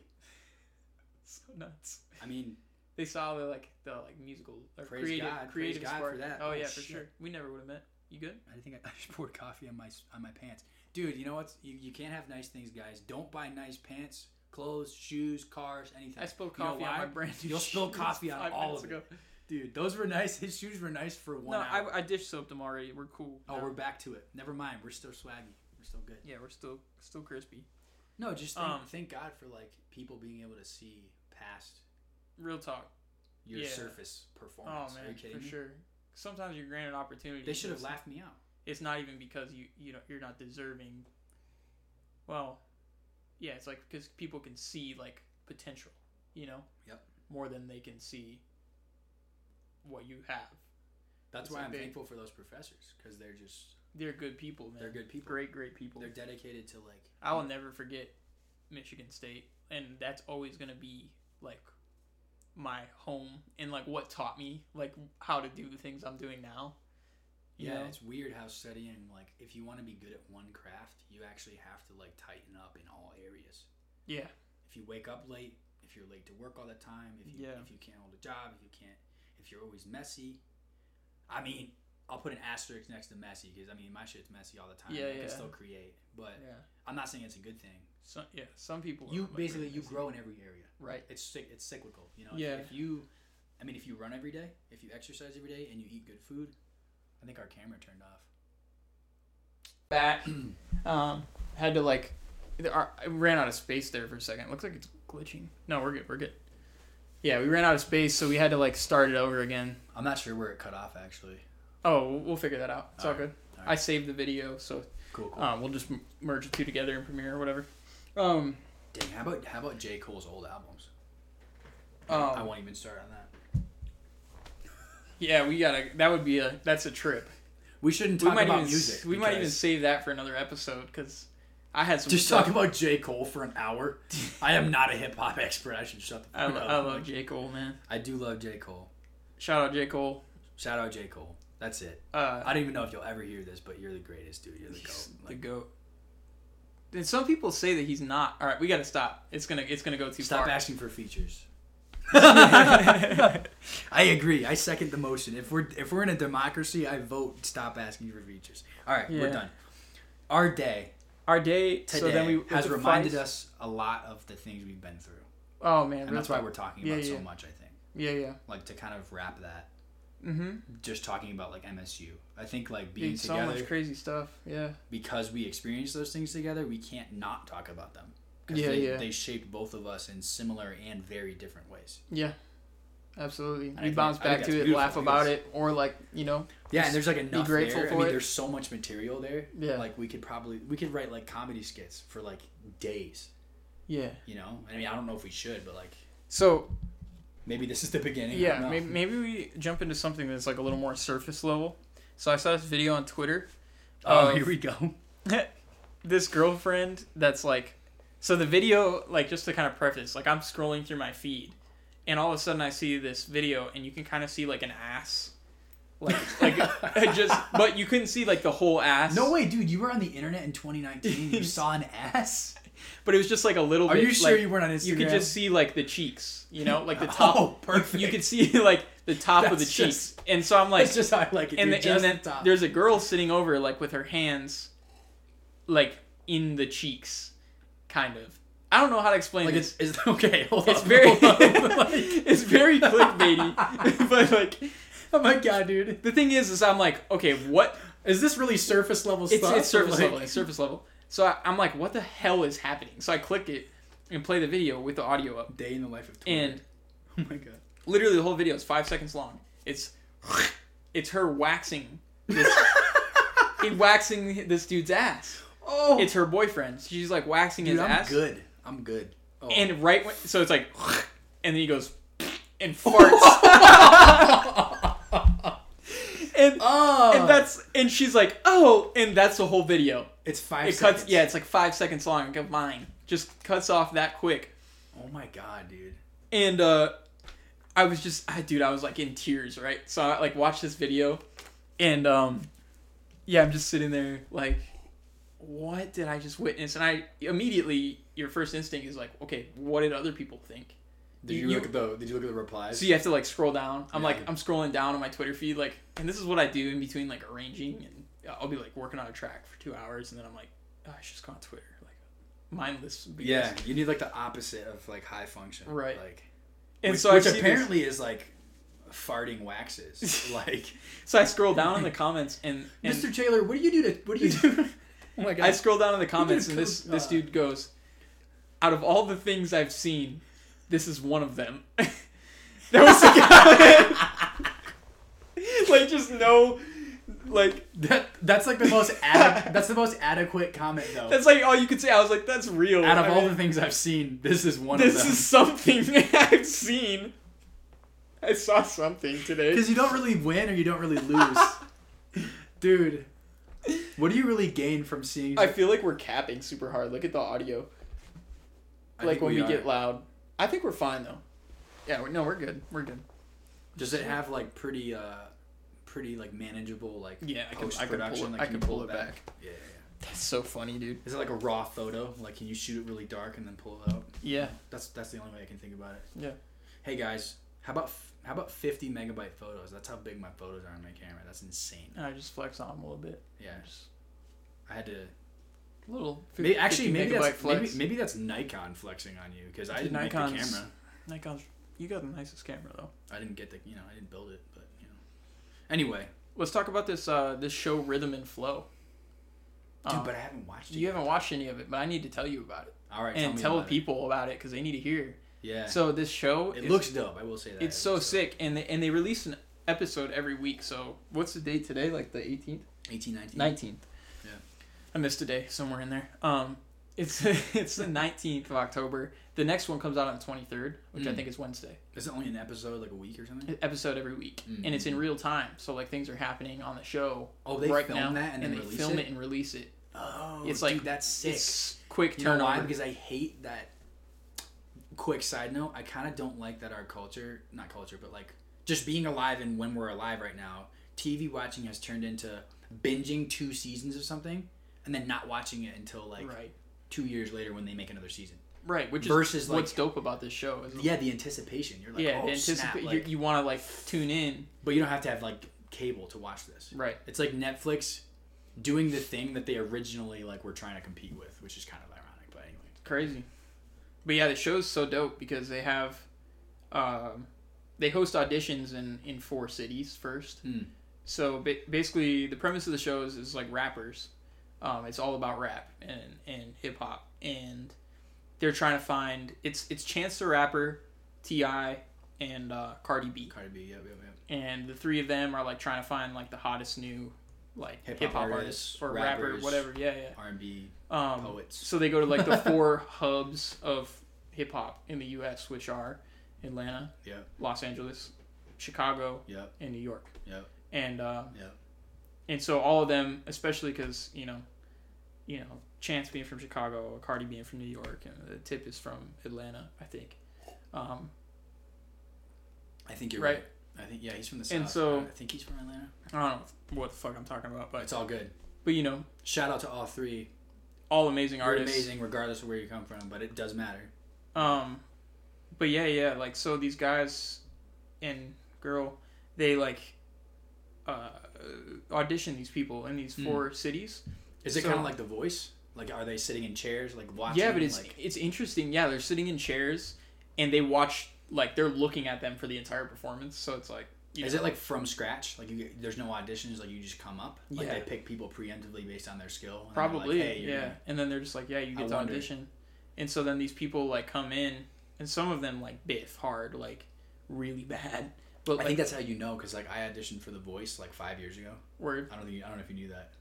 Speaker 1: So nuts.
Speaker 2: I mean,
Speaker 1: They saw the like the like musical or
Speaker 2: Praise
Speaker 1: creative
Speaker 2: God. Praise
Speaker 1: creative
Speaker 2: God
Speaker 1: spark.
Speaker 2: for that.
Speaker 1: Oh,
Speaker 2: Oh,
Speaker 1: yeah, for
Speaker 2: shit.
Speaker 1: sure. We never would have met. You good?
Speaker 2: I think I, I just poured coffee on my s- on my pants, dude. You know what? You, you can't have nice things, guys. Don't buy nice pants, clothes, shoes, cars, anything.
Speaker 1: I spilled
Speaker 2: You know
Speaker 1: coffee on my
Speaker 2: why?
Speaker 1: brand new.
Speaker 2: You'll spill
Speaker 1: shoes
Speaker 2: coffee on
Speaker 1: five
Speaker 2: all
Speaker 1: minutes
Speaker 2: of it. dude. Those were nice. His shoes were nice for
Speaker 1: No,
Speaker 2: one hour.
Speaker 1: I, I dish soaped them already. We're cool.
Speaker 2: oh,
Speaker 1: now.
Speaker 2: we're back to it. Never mind. We're still swaggy. We're still good.
Speaker 1: yeah, we're still still crispy.
Speaker 2: No, just thank,
Speaker 1: Um,
Speaker 2: thank God for like people being able to see past
Speaker 1: Real talk.
Speaker 2: your
Speaker 1: Yeah.
Speaker 2: surface
Speaker 1: Oh
Speaker 2: performance. Are
Speaker 1: man,
Speaker 2: you kidding
Speaker 1: for
Speaker 2: me?
Speaker 1: sure. Sometimes you're granted opportunities.
Speaker 2: They should have
Speaker 1: It's-
Speaker 2: laughed me out.
Speaker 1: It's not even because you you know you're not deserving. Well, yeah, it's like because people can see like potential, you know.
Speaker 2: Yep.
Speaker 1: More than they can see what you have.
Speaker 2: That's
Speaker 1: It's
Speaker 2: why
Speaker 1: like
Speaker 2: I'm
Speaker 1: they-
Speaker 2: thankful for those professors because they're just
Speaker 1: They're good people, man.
Speaker 2: they're good people.
Speaker 1: Great, great people.
Speaker 2: They're dedicated to like
Speaker 1: I will never forget Michigan State, and that's always gonna be like my home and like what taught me like how to do the things I'm doing now. You
Speaker 2: yeah.
Speaker 1: know?
Speaker 2: It's weird how studying like if you want to be good at one craft, you actually have to like tighten up in all areas.
Speaker 1: yeah,
Speaker 2: If you wake up late, if you're late to work all the time, if you
Speaker 1: Yeah.
Speaker 2: if you can't hold a job, if you can't if you're always messy. I mean, I'll put an asterisk next to messy because I mean my shit's messy all the time.
Speaker 1: Yeah,
Speaker 2: I
Speaker 1: yeah.
Speaker 2: can still create, but
Speaker 1: Yeah.
Speaker 2: I'm not saying it's a good thing.
Speaker 1: Some yeah. Some people. are,
Speaker 2: You
Speaker 1: like,
Speaker 2: basically
Speaker 1: really
Speaker 2: you
Speaker 1: messy.
Speaker 2: grow in every area.
Speaker 1: Right.
Speaker 2: It's cyc- it's cyclical, you know. If-
Speaker 1: Yeah.
Speaker 2: If, you, I mean, if you run every day, if you exercise every day, and you eat good food, I think our camera turned off.
Speaker 1: Back. um. Had to like. the- our- I ran out of space there for a second. Looks like it's glitching. No, we're good. We're good. Yeah, we ran out of space, so we had to like start it over again.
Speaker 2: I'm not sure where it cut off actually.
Speaker 1: Oh, we'll- we'll figure that out. It's all,
Speaker 2: All right,
Speaker 1: good.
Speaker 2: all
Speaker 1: I
Speaker 2: right.
Speaker 1: saved the video, so
Speaker 2: Cool, cool.
Speaker 1: um, we'll just m- merge the two together in Premiere or whatever. Um,
Speaker 2: Dang, how about how about J Cole's old albums? I
Speaker 1: um,
Speaker 2: won't even start on that.
Speaker 1: yeah, we gotta. That would be a. That's a trip.
Speaker 2: We shouldn't
Speaker 1: We
Speaker 2: talk
Speaker 1: might
Speaker 2: about
Speaker 1: even.
Speaker 2: music.
Speaker 1: we might even
Speaker 2: because-
Speaker 1: save that for another episode because I had some.
Speaker 2: just
Speaker 1: stuff-
Speaker 2: talk about J Cole for an hour. I am not a hip hop expert. I should shut the
Speaker 1: I,
Speaker 2: fuck
Speaker 1: lo-
Speaker 2: up.
Speaker 1: I love J Cole, man.
Speaker 2: I do love J Cole.
Speaker 1: Shout out J Cole.
Speaker 2: Shout out J Cole. That's it.
Speaker 1: Uh,
Speaker 2: I don't even know if you'll ever hear this, but you're the greatest, dude. You're the goat.
Speaker 1: he's the
Speaker 2: Like,
Speaker 1: goat. And some people say that he's not. All right, we gotta stop. It's gonna. It's gonna go too
Speaker 2: stop
Speaker 1: far.
Speaker 2: asking for features. I agree. I second the motion. If we're if we're in a democracy, I vote stop asking for features. All right,
Speaker 1: Yeah.
Speaker 2: we're done. Our day
Speaker 1: Our day today
Speaker 2: today
Speaker 1: so then we, with
Speaker 2: has
Speaker 1: the
Speaker 2: reminded
Speaker 1: fights-
Speaker 2: us a lot of the things we've been through,
Speaker 1: Oh man,
Speaker 2: and that's why we're talking about
Speaker 1: Yeah,
Speaker 2: so
Speaker 1: yeah.
Speaker 2: much. I think,
Speaker 1: Yeah, yeah.
Speaker 2: like to kind of wrap that,
Speaker 1: Mm-hmm.
Speaker 2: just talking about like MSU. I think like being
Speaker 1: Dude, so
Speaker 2: together
Speaker 1: much crazy stuff. Yeah.
Speaker 2: because we experienced those things together. We can't not talk about them. 'Cause
Speaker 1: Yeah,
Speaker 2: they,
Speaker 1: yeah.
Speaker 2: they shaped both of us in similar and very different ways.
Speaker 1: Absolutely.
Speaker 2: I
Speaker 1: We
Speaker 2: think-
Speaker 1: bounce
Speaker 2: I think
Speaker 1: back
Speaker 2: that's
Speaker 1: to it,
Speaker 2: beautiful.
Speaker 1: laugh
Speaker 2: I think
Speaker 1: about
Speaker 2: it's-
Speaker 1: it, or like, you know,
Speaker 2: Yeah, and there's like enough
Speaker 1: grateful
Speaker 2: there.
Speaker 1: for
Speaker 2: I mean,
Speaker 1: it.
Speaker 2: there's so much material there.
Speaker 1: yeah.
Speaker 2: Like we could probably we could write like comedy skits for like days.
Speaker 1: yeah.
Speaker 2: You know, I mean, I don't know if we should, but like
Speaker 1: So,
Speaker 2: maybe this is the beginning. I don't
Speaker 1: yeah,
Speaker 2: know.
Speaker 1: maybe, maybe we jump into something that's like a little more surface level. So, I saw this video on Twitter.
Speaker 2: Oh,
Speaker 1: of
Speaker 2: here we go.
Speaker 1: This girlfriend that's like, so the video, like, just to kind of preface, like, I'm scrolling through my feed, and all of a sudden I see this video, and you can kind of see like an ass. Like, like, just, but you couldn't see like the whole ass.
Speaker 2: No way, dude! You were on the internet in 2019. and You saw an ass.
Speaker 1: But it was just like a little
Speaker 2: Are
Speaker 1: bit.
Speaker 2: you sure
Speaker 1: like,
Speaker 2: you weren't on Instagram?
Speaker 1: you could just see like the cheeks, you know, like the top.
Speaker 2: Oh, perfect.
Speaker 1: You could see like the top of the
Speaker 2: That's
Speaker 1: cheeks, and so I'm like,
Speaker 2: That's just how I like it.
Speaker 1: and,
Speaker 2: dude,
Speaker 1: the, and
Speaker 2: just
Speaker 1: then
Speaker 2: the top.
Speaker 1: there's a girl sitting over like with her hands, like in the cheeks, kind of. I don't know how to explain
Speaker 2: like
Speaker 1: it. It's,
Speaker 2: it's, it's okay. Hold
Speaker 1: it's
Speaker 2: on,
Speaker 1: very,
Speaker 2: hold on, like-
Speaker 1: it's very clickbaity. but like
Speaker 2: Oh my god, dude!
Speaker 1: the thing is, is I'm like, okay, what?
Speaker 2: Is this really surface level
Speaker 1: It's,
Speaker 2: stuff?
Speaker 1: it's
Speaker 2: or,
Speaker 1: surface
Speaker 2: like-
Speaker 1: level. It's surface level. So I, I'm like, what the hell is happening? So I click it and play the video with the audio up,
Speaker 2: Day in the life of Twitter.
Speaker 1: and
Speaker 2: oh my god.
Speaker 1: literally the whole video is five seconds long. It's it's her waxing this it waxing this dude's ass.
Speaker 2: oh,
Speaker 1: It's her boyfriend. She's like waxing
Speaker 2: dude,
Speaker 1: his
Speaker 2: I'm
Speaker 1: ass.
Speaker 2: good. I'm good. Oh.
Speaker 1: And right when so it's like and then he goes and farts. and
Speaker 2: oh,
Speaker 1: and that's and she's like, "Oh," and that's the whole video.
Speaker 2: it's five.
Speaker 1: It
Speaker 2: seconds.
Speaker 1: cuts yeah, it's like 5 seconds long. Combined. Just cuts off that quick.
Speaker 2: Oh my god, dude.
Speaker 1: and uh i was just I, dude i was like in tears right so i like watched this video and um yeah i'm just sitting there like what did i just witness and i immediately your first instinct is like okay what did other people think
Speaker 2: Did you,
Speaker 1: You-
Speaker 2: look at the? Did you look at the replies?
Speaker 1: so you have to like scroll down i'm like
Speaker 2: Yeah.
Speaker 1: i'm scrolling down on my twitter feed like and this is what i do in between like arranging and uh, i'll be like working on a track for two hours and then i'm like oh, i should just go on twitter like mindless BS.
Speaker 2: yeah, you need like the opposite of like high function,
Speaker 1: Right.
Speaker 2: Like,
Speaker 1: and
Speaker 2: which,
Speaker 1: so
Speaker 2: which
Speaker 1: I see this-
Speaker 2: apparently is like farting waxes. like,
Speaker 1: so i scroll down in the comments and, and
Speaker 2: Mr. Taylor, what do you do to? What do you do? oh my god.
Speaker 1: I scroll down in the comments and this
Speaker 2: post-
Speaker 1: this
Speaker 2: uh,
Speaker 1: dude goes, out of all the things I've seen, this is one of them. that was the comment. like just no, like
Speaker 2: that, that's like the most. Ad, that's the most adequate comment though.
Speaker 1: that's like all you could say. I was like, that's real.
Speaker 2: Out of
Speaker 1: I
Speaker 2: all
Speaker 1: mean,
Speaker 2: the things I've seen, this is one of
Speaker 1: this
Speaker 2: them.
Speaker 1: is something I've seen. I saw something today.
Speaker 2: Because you don't really win or you don't really lose. Dude, what do you really gain from seeing?
Speaker 1: I feel like we're capping super hard. Look at the audio.
Speaker 2: I
Speaker 1: Like
Speaker 2: think
Speaker 1: when we,
Speaker 2: are.
Speaker 1: get loud. I think we're fine though. Yeah, we're, no, we're good. We're good.
Speaker 2: Does it have like pretty, uh, pretty like manageable like?
Speaker 1: Yeah, I can- I can Oh, pull
Speaker 2: post-production,
Speaker 1: it-
Speaker 2: like,
Speaker 1: I
Speaker 2: you
Speaker 1: can pull it back.
Speaker 2: Yeah, yeah.
Speaker 1: That's so funny, dude.
Speaker 2: yeah. Is it like a raw photo? Like, can you shoot it really dark and then pull it out?
Speaker 1: Yeah.
Speaker 2: That's that's the only way I can think about it.
Speaker 1: Yeah.
Speaker 2: Hey guys, How about f- how about 50 megabyte photos? That's how big my photos are on my camera. That's insane.
Speaker 1: And I just flex on 'em a little bit.
Speaker 2: Yeah,
Speaker 1: Just
Speaker 2: I had to.
Speaker 1: a little. fif-
Speaker 2: Maybe,
Speaker 1: 50
Speaker 2: actually, maybe
Speaker 1: megabyte
Speaker 2: that's maybe,
Speaker 1: flex.
Speaker 2: maybe that's Nikon flexing on you because I
Speaker 1: Dude,
Speaker 2: didn't make the
Speaker 1: Nikon's-
Speaker 2: camera.
Speaker 1: Nikon's. You got the nicest camera though.
Speaker 2: I didn't get the you know I didn't build it, but you know. Anyway,
Speaker 1: Let's talk about this uh this show Rhythm and Flow.
Speaker 2: dude,
Speaker 1: Um,
Speaker 2: but I haven't watched it.
Speaker 1: you
Speaker 2: yet.
Speaker 1: haven't watched any of it, but I need to tell you about it
Speaker 2: All right,
Speaker 1: and
Speaker 2: me
Speaker 1: tell
Speaker 2: about it.
Speaker 1: people about it because they need to hear.
Speaker 2: Yeah,
Speaker 1: So this show
Speaker 2: it
Speaker 1: is-
Speaker 2: looks dope. I will say that.
Speaker 1: it's
Speaker 2: It
Speaker 1: so
Speaker 2: looks dope.
Speaker 1: sick, and they and they release an episode every week. So what's the date today? Like the 18th.
Speaker 2: 18, 19.
Speaker 1: Nineteenth.
Speaker 2: Yeah.
Speaker 1: I missed a day somewhere in there. Um, it's it's the nineteenth of October. The next one comes out on the twenty third, which I
Speaker 2: Mm.
Speaker 1: think is Wednesday.
Speaker 2: Is it only an episode like a week or something?
Speaker 1: E- Episode every week, and it's in real time. So like things are happening on the show
Speaker 2: Mm. Oh, they
Speaker 1: right
Speaker 2: film
Speaker 1: now,
Speaker 2: that and, then
Speaker 1: they
Speaker 2: release
Speaker 1: film
Speaker 2: it.
Speaker 1: it and release it.
Speaker 2: Oh,
Speaker 1: It's
Speaker 2: it's
Speaker 1: like-
Speaker 2: like that's sick.
Speaker 1: It's quick
Speaker 2: You know why?
Speaker 1: turnover.
Speaker 2: Because I hate that. Quick side note: I kind of don't like that our culture, not culture, but like just being alive and when we're alive right now, TV watching has turned into binging two seasons of something and then not watching it until like
Speaker 1: right,
Speaker 2: two years later when they make another season.
Speaker 1: right. Which
Speaker 2: versus,
Speaker 1: is
Speaker 2: like-
Speaker 1: what's dope about this show. Is
Speaker 2: Yeah, the anticipation. You're like,
Speaker 1: yeah,
Speaker 2: oh
Speaker 1: the
Speaker 2: snap!
Speaker 1: anticipate.
Speaker 2: like-
Speaker 1: you you want to like tune in,
Speaker 2: but you don't have to have like cable to watch this.
Speaker 1: right?
Speaker 2: It's like Netflix doing the thing that they originally like were trying to compete with, which is kind of ironic. But anyway,
Speaker 1: crazy. But yeah, the show's so dope because they have, um, they host auditions in in four cities first.
Speaker 2: Hmm.
Speaker 1: So ba- basically, the premise of the show is, is like rappers. Um, it's all about rap and and hip hop, and they're trying to find it's it's Chance the Rapper, Ti, and uh, Cardi B,
Speaker 2: Cardi B, yep, yep, yep.
Speaker 1: and the three of them are like trying to find like the hottest new like
Speaker 2: Hip-hop
Speaker 1: hip hop artists
Speaker 2: artists,
Speaker 1: or rapper,
Speaker 2: rappers,
Speaker 1: whatever. Yeah, yeah.
Speaker 2: R&B
Speaker 1: Um,
Speaker 2: poets.
Speaker 1: so they go to like the four hubs of hip hop in the U.S., which are Atlanta,
Speaker 2: Yep.
Speaker 1: Los Angeles, Chicago,
Speaker 2: Yep.
Speaker 1: and New York.
Speaker 2: Yep.
Speaker 1: And uh,
Speaker 2: Yep.
Speaker 1: and so all of them, especially because you know, you know, Chance being from Chicago, Cardi being from New York, and the Tip is from Atlanta, I think. Um,
Speaker 2: I think you're
Speaker 1: Right.
Speaker 2: right. I think yeah, he's from the south.
Speaker 1: And so-
Speaker 2: I think he's from Atlanta.
Speaker 1: I don't know what the fuck I'm talking about,
Speaker 2: But
Speaker 1: but
Speaker 2: it's all good.
Speaker 1: but you know,
Speaker 2: Shout out to all three.
Speaker 1: all amazing
Speaker 2: You're
Speaker 1: artists.
Speaker 2: amazing, regardless of where you come from. But it does matter.
Speaker 1: Um, but yeah, yeah, like so these guys and girl, they like uh, audition these people in these
Speaker 2: Hmm.
Speaker 1: four cities.
Speaker 2: Is it
Speaker 1: So-
Speaker 2: kind of like The Voice? Like, are they sitting in chairs, like watching?
Speaker 1: yeah, but it's
Speaker 2: like,
Speaker 1: it's interesting. Yeah, they're sitting in chairs and they watch like they're looking at them for the entire performance. So it's like, you
Speaker 2: is
Speaker 1: know,
Speaker 2: it like from scratch? Like, you get- there's no auditions. Like, you just come up. Like,
Speaker 1: Yeah.
Speaker 2: they pick people preemptively based on their skill. and they're like,
Speaker 1: probably
Speaker 2: "Hey, you're
Speaker 1: yeah.
Speaker 2: gonna-"
Speaker 1: And then they're just like, yeah, you
Speaker 2: I
Speaker 1: get to
Speaker 2: wonder.
Speaker 1: audition. And so then these people like come in and some of them like biff hard, like really bad. But
Speaker 2: I
Speaker 1: like
Speaker 2: think that's how you know, because like I auditioned for The Voice like five years ago.
Speaker 1: word,
Speaker 2: I don't think you, I don't know if you knew that.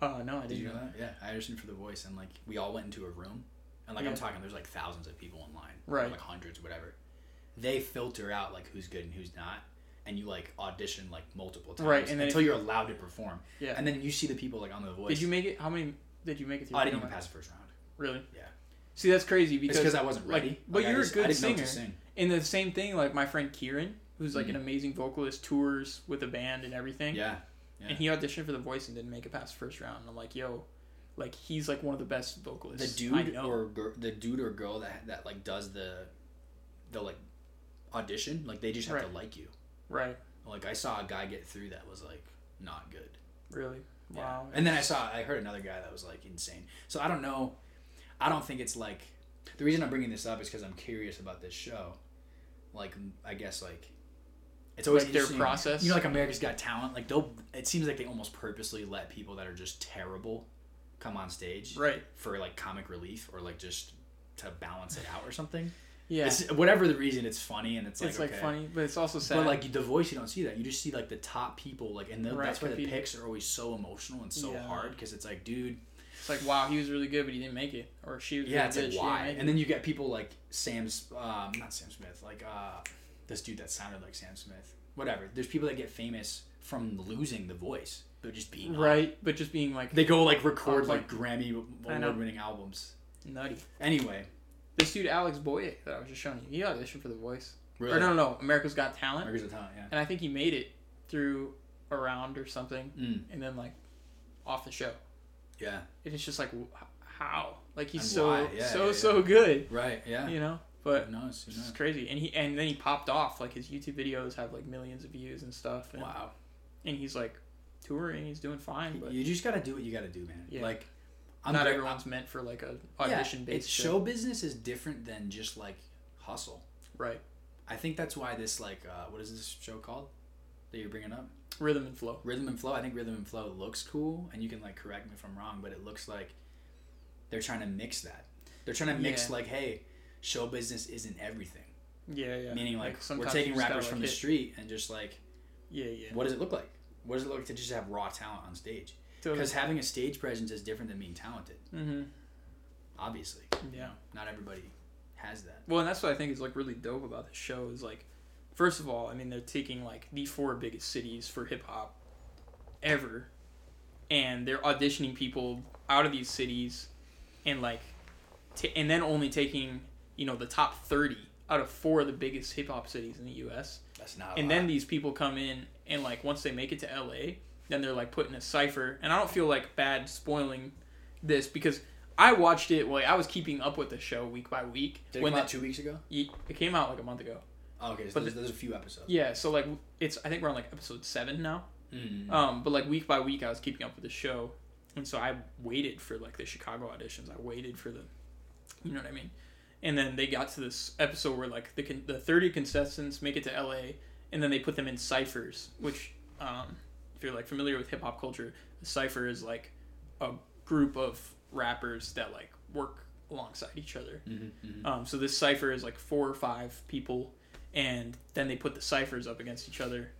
Speaker 1: uh, no, I didn't.
Speaker 2: Did you
Speaker 1: know
Speaker 2: know that? Yeah, I auditioned for The Voice, and like we all went into a room, and like I'm
Speaker 1: Yeah.
Speaker 2: talking, there's like thousands of people online,
Speaker 1: Right.
Speaker 2: Or, like hundreds, whatever. They filter out like who's good and who's not, and you like audition like multiple times,
Speaker 1: Right, and then
Speaker 2: until
Speaker 1: if-
Speaker 2: you're allowed to perform,
Speaker 1: Yeah.
Speaker 2: and then you see the people like on The Voice.
Speaker 1: Did you make it? How many did you make it through?
Speaker 2: I didn't even pass the first round.
Speaker 1: Really?
Speaker 2: Yeah.
Speaker 1: See, that's crazy
Speaker 2: It's because
Speaker 1: because
Speaker 2: I wasn't
Speaker 1: like,
Speaker 2: ready.
Speaker 1: but
Speaker 2: Like, I
Speaker 1: you're a
Speaker 2: just-
Speaker 1: good
Speaker 2: I didn't know what to
Speaker 1: singer.
Speaker 2: sing.
Speaker 1: in the same thing, like my friend Kieran, who's like an
Speaker 2: Mhm.
Speaker 1: amazing vocalist, tours with a band and everything,
Speaker 2: Yeah, yeah.
Speaker 1: and he auditioned for The Voice and didn't make it past the first round. And I'm like, yo, like he's like one of the best
Speaker 2: the
Speaker 1: vocalists. I
Speaker 2: dude
Speaker 1: know.
Speaker 2: or gir- the dude or girl that that like does the the like audition, like they just have to
Speaker 1: Right.
Speaker 2: like you.
Speaker 1: right?
Speaker 2: Like I saw a guy get through that was like not good.
Speaker 1: Really?
Speaker 2: Yeah.
Speaker 1: Wow.
Speaker 2: And then I saw, I heard another guy that was like insane. So I don't know. I don't think it's like the reason I'm bringing this up is because I'm curious about this show. Like I guess like it's always
Speaker 1: Like their
Speaker 2: interesting.
Speaker 1: process?
Speaker 2: You know, like America's Got Talent. Like they'll. It seems like they almost purposely let people that are just terrible come on stage
Speaker 1: right?
Speaker 2: for like comic relief or like just to balance it out or something.
Speaker 1: Yeah. It's,
Speaker 2: It's, whatever the reason, it's funny and it's like
Speaker 1: like
Speaker 2: okay.
Speaker 1: funny, but it's also sad.
Speaker 2: But like the voice, you don't see that. You just see like the top people, like, and the,
Speaker 1: Right,
Speaker 2: that's why the
Speaker 1: competing.
Speaker 2: picks are always so emotional and so hard
Speaker 1: Yeah.
Speaker 2: 'cause hard because it's like, dude,
Speaker 1: it's like wow, he was really good, but he didn't make it, or she was
Speaker 2: yeah,
Speaker 1: really
Speaker 2: it's
Speaker 1: good,
Speaker 2: like
Speaker 1: she
Speaker 2: why?
Speaker 1: didn't
Speaker 2: And
Speaker 1: make
Speaker 2: then you get people like Sam, S- um, not Sam Smith, like uh, this dude that sounded like Sam Smith. Whatever. There's people that get famous from losing the voice, but just being
Speaker 1: it.
Speaker 2: on.
Speaker 1: right, but just being like
Speaker 2: They go like record
Speaker 1: Oh,
Speaker 2: like Grammy
Speaker 1: I know.
Speaker 2: award winning albums.
Speaker 1: nutty.
Speaker 2: Anyway,
Speaker 1: This dude Alex Boye that I was just showing you, he auditioned for The Voice.
Speaker 2: really,
Speaker 1: Or no, no, no, America's Got Talent.
Speaker 2: America's Got Talent, yeah.
Speaker 1: and I think he made it through a round or something,
Speaker 2: Mm,
Speaker 1: and then like off the show.
Speaker 2: yeah,
Speaker 1: And it's just like wh- how, like he's
Speaker 2: And
Speaker 1: so
Speaker 2: why? Yeah,
Speaker 1: so
Speaker 2: yeah,
Speaker 1: so good,
Speaker 2: right, yeah.
Speaker 1: you know. But
Speaker 2: Who knows? Who
Speaker 1: it's
Speaker 2: knows?
Speaker 1: crazy. And he and then he popped off. Like his YouTube videos have like millions of views and stuff. And,
Speaker 2: Wow.
Speaker 1: and he's like touring. He's doing fine, but
Speaker 2: You just gotta do what you gotta do, man.
Speaker 1: Yeah.
Speaker 2: Like,
Speaker 1: not
Speaker 2: gra-
Speaker 1: everyone's meant for like a
Speaker 2: Yeah,
Speaker 1: audition based
Speaker 2: It's show business is different than just like hustle.
Speaker 1: Right.
Speaker 2: I think that's why this like uh, what is this show called that you're bringing up?
Speaker 1: Rhythm and flow.
Speaker 2: Rhythm and Flow. I think Rhythm and Flow looks cool, and you can like correct me if I'm wrong, but it looks like they're trying to mix that. They're trying to mix
Speaker 1: Yeah.
Speaker 2: like, hey, show business isn't everything.
Speaker 1: Yeah, yeah.
Speaker 2: Meaning like, we're
Speaker 1: sometimes
Speaker 2: taking
Speaker 1: you just gotta,
Speaker 2: rappers
Speaker 1: like,
Speaker 2: from the
Speaker 1: hit-
Speaker 2: street and just like,
Speaker 1: Yeah, yeah.
Speaker 2: what does it look like? What does it look like to just have raw talent on stage?
Speaker 1: Totally.
Speaker 2: Because having a stage presence is different than being talented.
Speaker 1: hmm
Speaker 2: Obviously,
Speaker 1: Yeah.
Speaker 2: not everybody has that.
Speaker 1: Well, and that's what I think is like really dope about the show is like, first of all, I mean they're taking like the four biggest cities for hip hop, ever, and they're auditioning people out of these cities, and like, t- and then only taking you know the top thirty out of four of the biggest hip hop cities in the U.S.
Speaker 2: That's not. a
Speaker 1: and
Speaker 2: lot.
Speaker 1: then these people come in and like once they make it to LA, then they're like put in a cipher. And I don't feel like bad spoiling this because I watched it. Like I was keeping up with the show week by week
Speaker 2: Did it
Speaker 1: when
Speaker 2: come
Speaker 1: that
Speaker 2: out two weeks ago?
Speaker 1: it came out like a month ago.
Speaker 2: Oh, okay, so
Speaker 1: But
Speaker 2: there's, there's a few episodes.
Speaker 1: Yeah, so like it's I think we're on like episode seven now.
Speaker 2: Mm.
Speaker 1: Um, but like week by week, I was keeping up with the show, and so I waited for like the Chicago auditions. I waited for the, you know what I mean, and then they got to this episode where like the con- the thirty contestants make it to L.A. and then they put them in ciphers, which um, if you're like familiar with hip hop culture, a cipher is like a group of rappers that like work alongside each other. Um, so this cipher is like four or five people, and then they put the ciphers up against each other,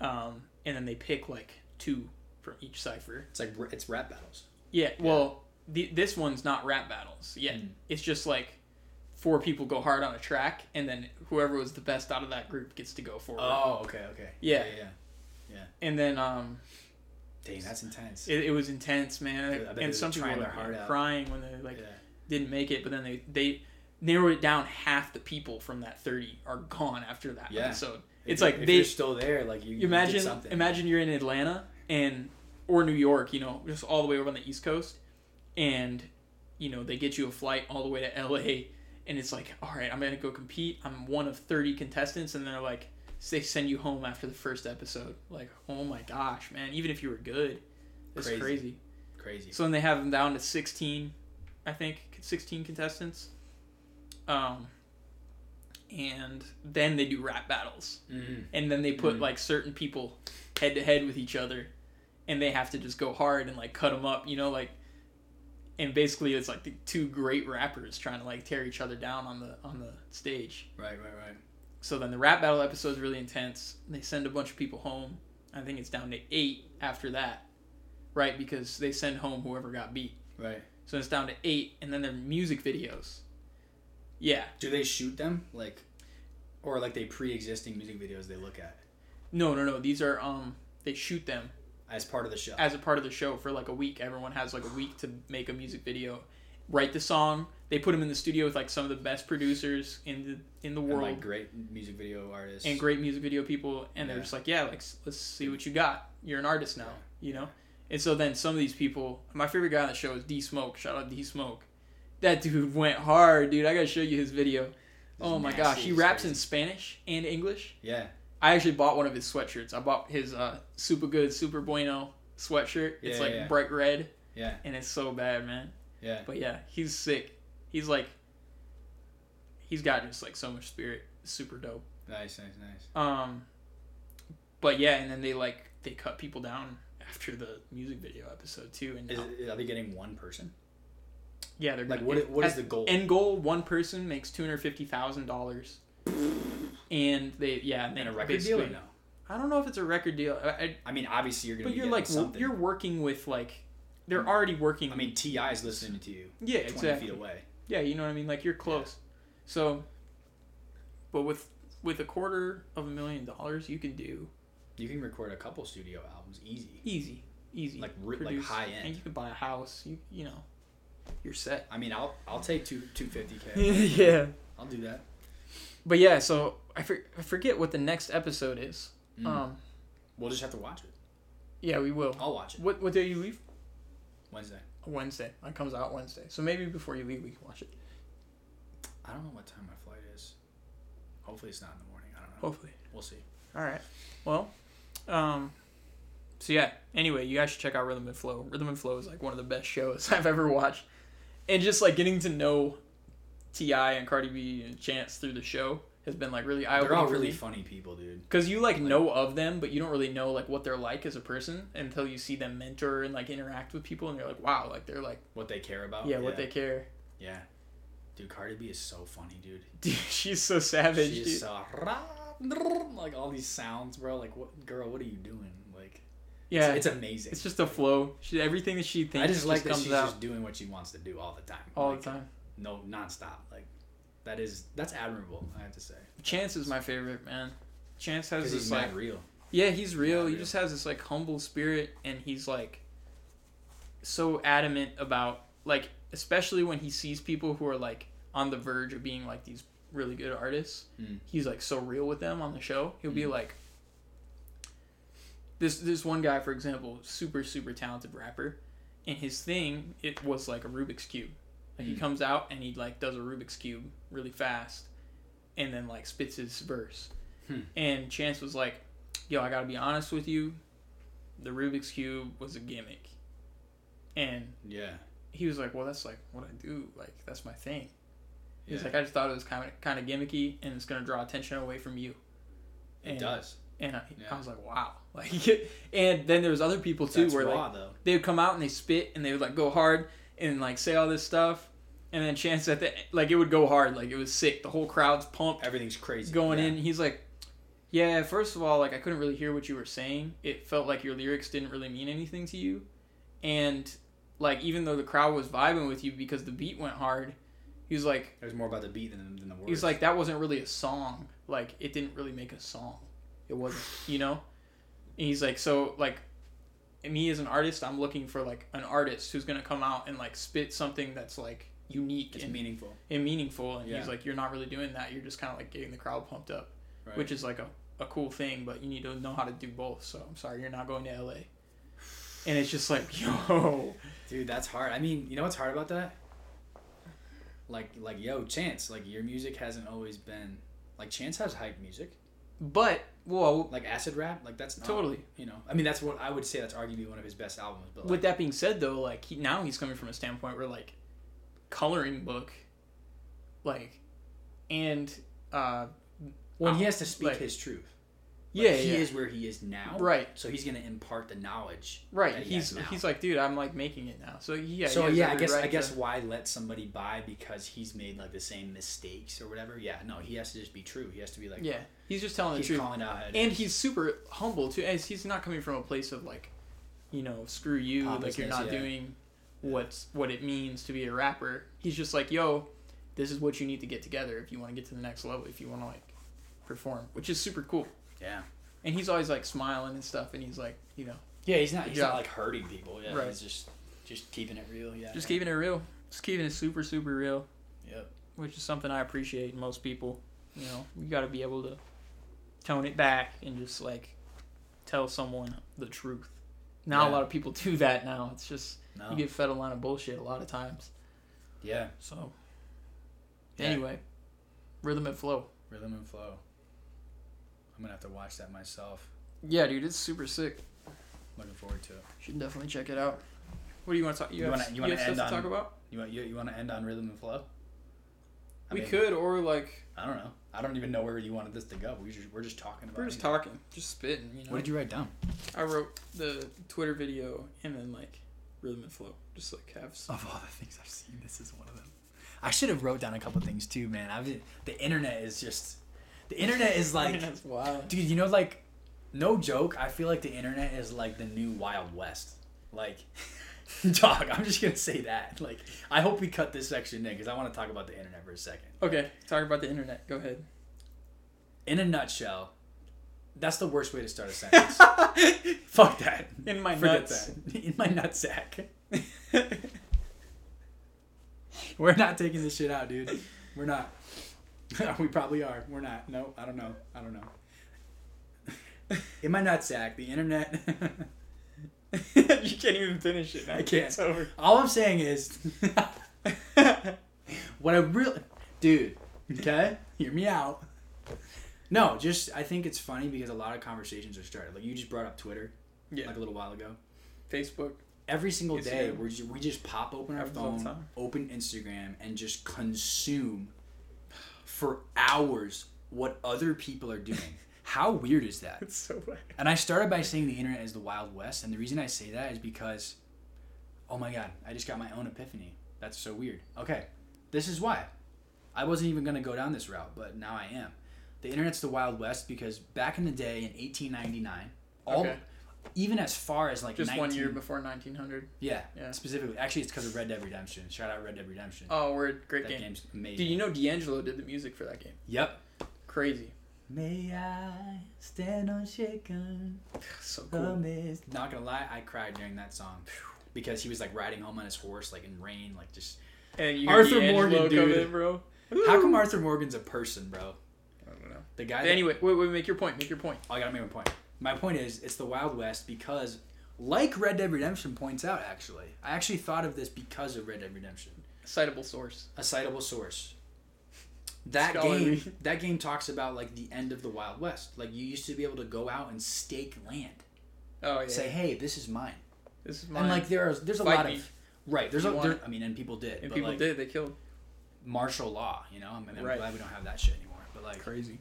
Speaker 1: um, and then they pick like two from each cipher.
Speaker 2: It's like r- it's rap battles.
Speaker 1: Yeah. Well, the, this one's not rap battles yet.
Speaker 2: Mm.
Speaker 1: It's just like four people go hard on a track, and then whoever was the best out of that group gets to go forward.
Speaker 2: Oh, okay, okay.
Speaker 1: Yeah.
Speaker 2: yeah.
Speaker 1: and then um,
Speaker 2: Dang, that's intense.
Speaker 1: it, it was intense,
Speaker 2: I
Speaker 1: man.
Speaker 2: bet they were
Speaker 1: And some people
Speaker 2: trying
Speaker 1: were
Speaker 2: their heart out.
Speaker 1: crying when they like
Speaker 2: yeah.
Speaker 1: didn't make it, but then they they narrowed it down. Half the people from that thirty are gone after that
Speaker 2: Yeah.
Speaker 1: episode. It's
Speaker 2: If-
Speaker 1: like
Speaker 2: if
Speaker 1: they
Speaker 2: you're still there, like you, you
Speaker 1: You imagine
Speaker 2: did something.
Speaker 1: imagine you're in Atlanta and or New York, you know, just all the way over on the East Coast, and you know they get you a flight all the way to L.A. and it's like, all right, I'm gonna go compete. I'm one of 30 contestants, and they're like, they send you home after the first episode. Like, oh my gosh, man! Even if you were good, it's
Speaker 2: Crazy.
Speaker 1: crazy.
Speaker 2: crazy.
Speaker 1: So then they have them down to 16, I think 16 contestants, um, and then they do rap battles
Speaker 2: Mm.
Speaker 1: and then they put
Speaker 2: Mhm.
Speaker 1: like certain people head to head with each other and they have to just go hard and like cut them up you know like and basically it's like the two great rappers trying to like tear each other down on the on the stage
Speaker 2: Right, right, right.
Speaker 1: so then the rap battle episode is really intense they send a bunch of people home i think it's down to eight after that right because they send home whoever got beat
Speaker 2: Right.
Speaker 1: so it's down to eight and then their music videos yeah
Speaker 2: Do they shoot them like, or like they pre-existing music videos they look at
Speaker 1: no no no these are um they shoot them
Speaker 2: as part of the show?
Speaker 1: as a part of the show for like a week. Everyone has like a week to make a music video, write the song. They put them in the studio with like some of the best producers in the in the
Speaker 2: And,
Speaker 1: world
Speaker 2: like great music video artists.
Speaker 1: and great music video people, and they're
Speaker 2: Yeah.
Speaker 1: just like, yeah, like s- let's see what you got. You're an artist now, you know. And so then some of these people, my favorite guy on the show is D Smoke. Shout out D Smoke. That dude went hard, dude. I gotta show you his video. oh my gosh, he raps in Spanish and English.
Speaker 2: Yeah.
Speaker 1: I actually bought one of his sweatshirts. I bought his uh, super good, super bueno sweatshirt. It's
Speaker 2: Yeah,
Speaker 1: like
Speaker 2: yeah.
Speaker 1: bright red.
Speaker 2: Yeah.
Speaker 1: And it's so bad, man.
Speaker 2: Yeah.
Speaker 1: But yeah, he's sick. He's like, he's got just like so much spirit. Super dope.
Speaker 2: Nice, nice, nice.
Speaker 1: Um, but yeah, and then they like they cut people down after the music video episode too. And
Speaker 2: Is it, are they getting one person?
Speaker 1: yeah, they're
Speaker 2: Like,
Speaker 1: gonna-
Speaker 2: what? i- What is
Speaker 1: at-
Speaker 2: the goal?
Speaker 1: end goal? One person makes two hundred fifty thousand dollars. And they yeah, and, they
Speaker 2: And a record deal or
Speaker 1: basically-
Speaker 2: no?
Speaker 1: I don't know if it's a record deal. I, I,
Speaker 2: I mean, obviously you're gonna.
Speaker 1: but
Speaker 2: be
Speaker 1: you're
Speaker 2: getting
Speaker 1: like w-
Speaker 2: something. Mm-hmm.
Speaker 1: you're working with like they're already working
Speaker 2: I mean, Ti is listening to you
Speaker 1: yeah
Speaker 2: twenty
Speaker 1: exactly
Speaker 2: feet away.
Speaker 1: yeah you know what i mean like you're close so but with with a quarter of a million dollars you can do
Speaker 2: You can record a couple studio albums easy.
Speaker 1: easy easy
Speaker 2: Like re- like
Speaker 1: produce,
Speaker 2: high
Speaker 1: and
Speaker 2: end.
Speaker 1: you can buy a house you you know you're set
Speaker 2: I mean, I'll I'll take two two fifty k.
Speaker 1: yeah
Speaker 2: I'll do that.
Speaker 1: but yeah so I, for, I forget what the next episode is
Speaker 2: Mm.
Speaker 1: um
Speaker 2: We'll just have to watch it.
Speaker 1: yeah we will
Speaker 2: I'll watch it
Speaker 1: what what day you leave
Speaker 2: Wednesday.
Speaker 1: wednesday it comes out wednesday so maybe before you leave we can watch it
Speaker 2: I don't know what time my flight is. Hopefully it's not in the morning. I don't know.
Speaker 1: Hopefully.
Speaker 2: We'll see.
Speaker 1: All right. Well, um, so yeah. Anyway, you guys should check out Rhythm and Flow. Rhythm and Flow is like one of the best shows I've ever watched, and just like getting to know Ti and Cardi B and Chance through the show has been like really eye
Speaker 2: They're all
Speaker 1: opening.
Speaker 2: really
Speaker 1: Really,
Speaker 2: funny people, dude.
Speaker 1: because you like know of them, but you don't really know like what they're like as a person until you see them mentor and like interact with people, and you're like, wow, like they're like
Speaker 2: What they care about.
Speaker 1: yeah, what they care.
Speaker 2: Yeah. Dude, Cardi B is so funny, dude.
Speaker 1: Dude, she's so savage. dude.
Speaker 2: She's so like all these sounds, bro. Like, what girl? What are you doing? Like,
Speaker 1: yeah,
Speaker 2: it's,
Speaker 1: it's,
Speaker 2: it's amazing.
Speaker 1: just a flow. She everything that she thinks
Speaker 2: I just like that
Speaker 1: comes
Speaker 2: she's
Speaker 1: out
Speaker 2: just doing what she wants to do all the time.
Speaker 1: all
Speaker 2: like,
Speaker 1: the time.
Speaker 2: No, nonstop. Like, that is that's admirable. I have to say.
Speaker 1: Chance is my favorite man. Chance has
Speaker 2: Because
Speaker 1: this
Speaker 2: he's
Speaker 1: like
Speaker 2: not real.
Speaker 1: Yeah, he's real.
Speaker 2: Yeah,
Speaker 1: he
Speaker 2: real.
Speaker 1: just has this like humble spirit, and he's like so adamant about like, especially when he sees people who are like on the verge of being like these really good artists.
Speaker 2: Mm.
Speaker 1: He's like so real with them on the show. He'll be
Speaker 2: Mhm.
Speaker 1: like, this this one guy, for example, super super talented rapper, and his thing it was like a Rubik's cube. Like he
Speaker 2: Mm.
Speaker 1: comes out and he like does a Rubik's cube really fast, and then like spits his verse.
Speaker 2: Hmm.
Speaker 1: And Chance was like, "Yo, I gotta be honest with you, the Rubik's cube was a gimmick." And
Speaker 2: Yeah.
Speaker 1: he was like, "Well, that's like what I do. Like that's my thing."
Speaker 2: yeah.
Speaker 1: He's like, "I just thought it was kind of kind of gimmicky, and it's gonna draw attention away from you."
Speaker 2: it
Speaker 1: and-
Speaker 2: does.
Speaker 1: And I,
Speaker 2: Yeah.
Speaker 1: I was like, "Wow!" Like, and then there was other people too,
Speaker 2: That's
Speaker 1: where like
Speaker 2: raw though.
Speaker 1: they would come out and they spit and they would like go hard and like say all this stuff and then chance at the like it would go hard like it was sick the whole crowd's pumped
Speaker 2: Everything's crazy.
Speaker 1: going
Speaker 2: Yeah.
Speaker 1: in he's like yeah first of all like i couldn't really hear what you were saying it felt like your lyrics didn't really mean anything to you and like even though the crowd was vibing with you because the beat went hard he was like
Speaker 2: It was more about the beat than, than the words.
Speaker 1: he was like that wasn't really a song like it didn't really make a song it wasn't you know and he's like so like me as an artist i'm looking for like an artist who's gonna come out and like spit something that's like unique
Speaker 2: it's
Speaker 1: and,
Speaker 2: meaningful,
Speaker 1: and meaningful and
Speaker 2: Yeah.
Speaker 1: he's like you're not really doing that you're just kind of like getting the crowd pumped up
Speaker 2: right?
Speaker 1: which is like a, a cool thing but you need to know how to do both so i'm sorry you're not going to la and it's just like yo
Speaker 2: Dude, that's hard. I mean, you know what's hard about that? Like, like, yo, Chance, like your music hasn't always been like Chance has hype music,
Speaker 1: but whoa
Speaker 2: like acid rap, like that's not,
Speaker 1: totally
Speaker 2: You know, I mean, that's what I would say. That's arguably one of his best albums. But like,
Speaker 1: with that being said though like he, now he's coming from a standpoint where like coloring book like and uh
Speaker 2: when he has to speak
Speaker 1: like-
Speaker 2: his truth, like,
Speaker 1: yeah
Speaker 2: he
Speaker 1: yeah
Speaker 2: is where he is now,
Speaker 1: right
Speaker 2: So he's gonna impart the knowledge.
Speaker 1: right
Speaker 2: that he
Speaker 1: he's
Speaker 2: has now.
Speaker 1: he's like dude i'm like making it now so yeah
Speaker 2: so
Speaker 1: he has
Speaker 2: yeah, I
Speaker 1: every
Speaker 2: guess
Speaker 1: right
Speaker 2: I guess
Speaker 1: to-
Speaker 2: why let somebody buy because he's made like the same mistakes or whatever? Yeah, no, he has to just be true. He has to be like,
Speaker 1: yeah he's just telling
Speaker 2: he's
Speaker 1: the truth
Speaker 2: calling out. how it
Speaker 1: and
Speaker 2: is.
Speaker 1: he's super humble too as he's not coming from a place of like you know screw you like you're
Speaker 2: Pompousness,
Speaker 1: not
Speaker 2: yeah.
Speaker 1: doing what's what it means to be a rapper he's just like yo this is what you need to get together if you want to get to the next level if you want to like perform which is super cool
Speaker 2: yeah,
Speaker 1: and he's always like smiling and stuff and he's like you know
Speaker 2: yeah, he's not
Speaker 1: Good
Speaker 2: he's
Speaker 1: job.
Speaker 2: not like hurting people. Yeah,
Speaker 1: Right.
Speaker 2: he's just just keeping it real. Yeah,
Speaker 1: just keeping it real just keeping it super super real
Speaker 2: Yep.
Speaker 1: which is something i appreciate in most people you know you got to be able to tone it back and just like tell someone the truth not a
Speaker 2: Yeah.
Speaker 1: lot of people do that now it's just
Speaker 2: No.
Speaker 1: you get fed a line of bullshit a lot of times
Speaker 2: yeah,
Speaker 1: so
Speaker 2: Yeah.
Speaker 1: anyway rhythm and flow
Speaker 2: rhythm and flow. I'm gonna have to watch that myself.
Speaker 1: yeah dude it's super sick
Speaker 2: Looking forward to it.
Speaker 1: should definitely check it out what do you want to talk you,
Speaker 2: You
Speaker 1: have,
Speaker 2: wanna- you
Speaker 1: you,
Speaker 2: wanna
Speaker 1: have stuff
Speaker 2: end
Speaker 1: to
Speaker 2: on-
Speaker 1: talk about
Speaker 2: You want you, you want to end on rhythm and flow? I
Speaker 1: we
Speaker 2: mean,
Speaker 1: could or like
Speaker 2: I don't know. I don't even know where you wanted this to go. We just, we're just talking about.
Speaker 1: we're just
Speaker 2: it.
Speaker 1: talking just spitting you know
Speaker 2: What did you write down?
Speaker 1: I wrote the Twitter video and then like rhythm and flow, just like have some.
Speaker 2: Of all the things I've seen, this is one of them. I should have wrote down a couple things too, man. I've the internet is just the internet is like,
Speaker 1: that's wild.
Speaker 2: dude, you know, like, no joke. I feel like the internet is like the new Wild West. Like, dog, I'm just gonna say that. Like, I hope we cut this section in because I want to talk about the internet for a second.
Speaker 1: Okay, talk about the internet. Go ahead.
Speaker 2: In a nutshell, that's the worst way to start a sentence. Fuck that.
Speaker 1: In my
Speaker 2: Forget
Speaker 1: nuts.
Speaker 2: that. In my nutsack. We're not taking this shit out, dude. We're not. we probably are. We're not. No, I don't know. I don't know. In my nutsack, the internet.
Speaker 1: you can't even finish it. Now.
Speaker 2: I can't.
Speaker 1: It's over.
Speaker 2: All I'm saying is, what I really, dude. Okay, hear me out. No, just I think it's funny because a lot of conversations are started. Like you just brought up Twitter,
Speaker 1: Yeah.
Speaker 2: like a little while ago.
Speaker 1: Facebook.
Speaker 2: Every single day,
Speaker 1: Instagram.
Speaker 2: we're just, we just pop open our
Speaker 1: Happens all the
Speaker 2: phone,
Speaker 1: time.
Speaker 2: open Instagram, and just consume for hours what other people are doing. How weird is that?
Speaker 1: It's so bad.
Speaker 2: And I started by saying the internet is the Wild West, and the reason I say that is because, oh my God, I just got my own epiphany. That's so weird. Okay, this is why. I wasn't even gonna go down this route, but now I am. The internet's the Wild West because back in the day in 1899, all
Speaker 1: Okay.
Speaker 2: even as far as like
Speaker 1: Just one
Speaker 2: 19
Speaker 1: year before 1900.
Speaker 2: yeah,
Speaker 1: Yeah.
Speaker 2: specifically. Actually, it's because of Red Dead Redemption. Shout out Red Dead Redemption.
Speaker 1: Oh, we're a great
Speaker 2: that
Speaker 1: game.
Speaker 2: game's amazing.
Speaker 1: Dude, you know D'Angelo did the music for that game.
Speaker 2: Yep.
Speaker 1: Crazy.
Speaker 2: May I stand on shaken.
Speaker 1: So
Speaker 2: The
Speaker 1: cool.
Speaker 2: mist. Not gonna lie, I cried during that song because he was like riding home on his horse, like in rain, like just.
Speaker 1: And you
Speaker 2: Arthur
Speaker 1: Arthur Morgan,
Speaker 2: Morgan,
Speaker 1: come
Speaker 2: dude.
Speaker 1: in, bro.
Speaker 2: How come Arthur Morgan's a person, bro?
Speaker 1: I don't know.
Speaker 2: The guy.
Speaker 1: But
Speaker 2: that- Oh,
Speaker 1: anyway, wait, wait, make your point. Make your point.
Speaker 2: I gotta make my point. My point is, it's the Wild West because, like Red Dead Redemption points out, actually, I actually thought of this because of Red Dead Redemption,
Speaker 1: Citable source.
Speaker 2: a citable source. That
Speaker 1: Scholarly.
Speaker 2: game, that game talks about like the end of the Wild West. Like you used to be able to go out and stake land,
Speaker 1: Oh yeah.
Speaker 2: say, "Hey, this is mine,"
Speaker 1: This is mine.
Speaker 2: and like there are there's a
Speaker 1: Fight
Speaker 2: lot
Speaker 1: me.
Speaker 2: of right. There's
Speaker 1: You
Speaker 2: a
Speaker 1: want
Speaker 2: there,
Speaker 1: it.
Speaker 2: I mean, and people did,
Speaker 1: and
Speaker 2: but,
Speaker 1: people
Speaker 2: like,
Speaker 1: did. They killed.
Speaker 2: martial law. You know, I mean, I'm
Speaker 1: Right.
Speaker 2: glad we don't have that shit anymore. But like,
Speaker 1: Crazy.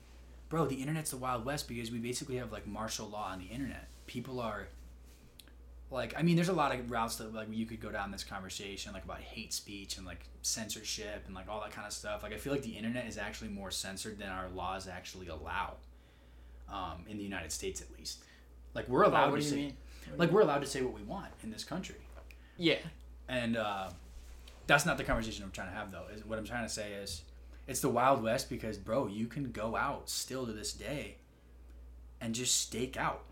Speaker 2: bro, the internet's the wild west because we basically have like martial law on the internet. People are like, I mean, there's a lot of routes that like you could go down this conversation, like about hate speech and like censorship and like all that kind of stuff. Like, I feel like the internet is actually more censored than our laws actually allow, um, in the United States at least. Like, we're allowed
Speaker 1: what
Speaker 2: to
Speaker 1: do you
Speaker 2: say,
Speaker 1: mean?
Speaker 2: like we're allowed to say what we want in this country
Speaker 1: Yeah.
Speaker 2: and uh, that's not the conversation I'm trying to have though. Is what I'm trying to say is, it's the Wild West because bro, you can go out still to this day, and just stake out.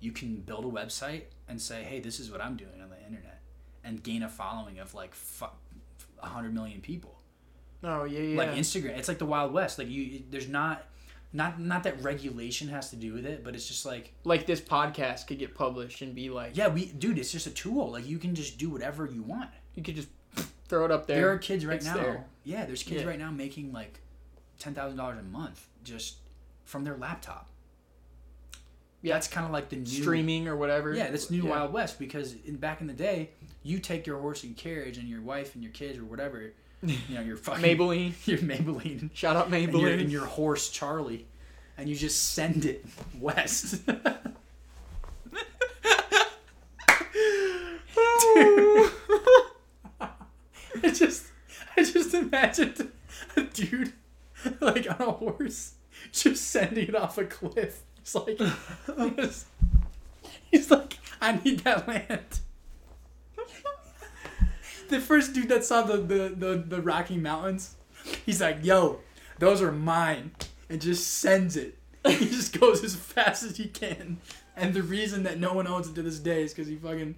Speaker 2: You can build a website and say, hey, this is what I'm doing on the internet, and gain a following of like fu- a hundred million people.
Speaker 1: Oh yeah, yeah.
Speaker 2: Like Instagram, it's like the Wild West. Like you, there's not. Not, not that regulation has to do with it, but it's just like,
Speaker 1: like this podcast could get published and be like,
Speaker 2: yeah, we, dude, it's just a tool. Like you can just do whatever you want.
Speaker 1: you could just throw it up there.
Speaker 2: There are kids right
Speaker 1: It's
Speaker 2: now.
Speaker 1: there.
Speaker 2: Yeah, there's kids
Speaker 1: Yeah.
Speaker 2: right now making like ten thousand dollars a month just from their laptop.
Speaker 1: Yeah.
Speaker 2: that's kind of like the new
Speaker 1: streaming or whatever.
Speaker 2: Yeah, that's new
Speaker 1: Yeah.
Speaker 2: Wild West because in, back in the day, you take your horse and carriage and your wife and your kids or whatever, you know, your fucking
Speaker 1: Maybelline.
Speaker 2: your Maybelline,
Speaker 1: Shout out
Speaker 2: And, your,
Speaker 1: Maybelline.
Speaker 2: and your horse Charlie, and you just send it west. I just, I just imagined a dude like on a horse just sending it off a cliff. It's like, he's, he's like, I need that land. The first dude that saw the, the, the, the Rocky Mountains, he's like, yo, those are mine. And just sends it. He just goes as fast as he can. And the reason that no one owns it to this day is because he fucking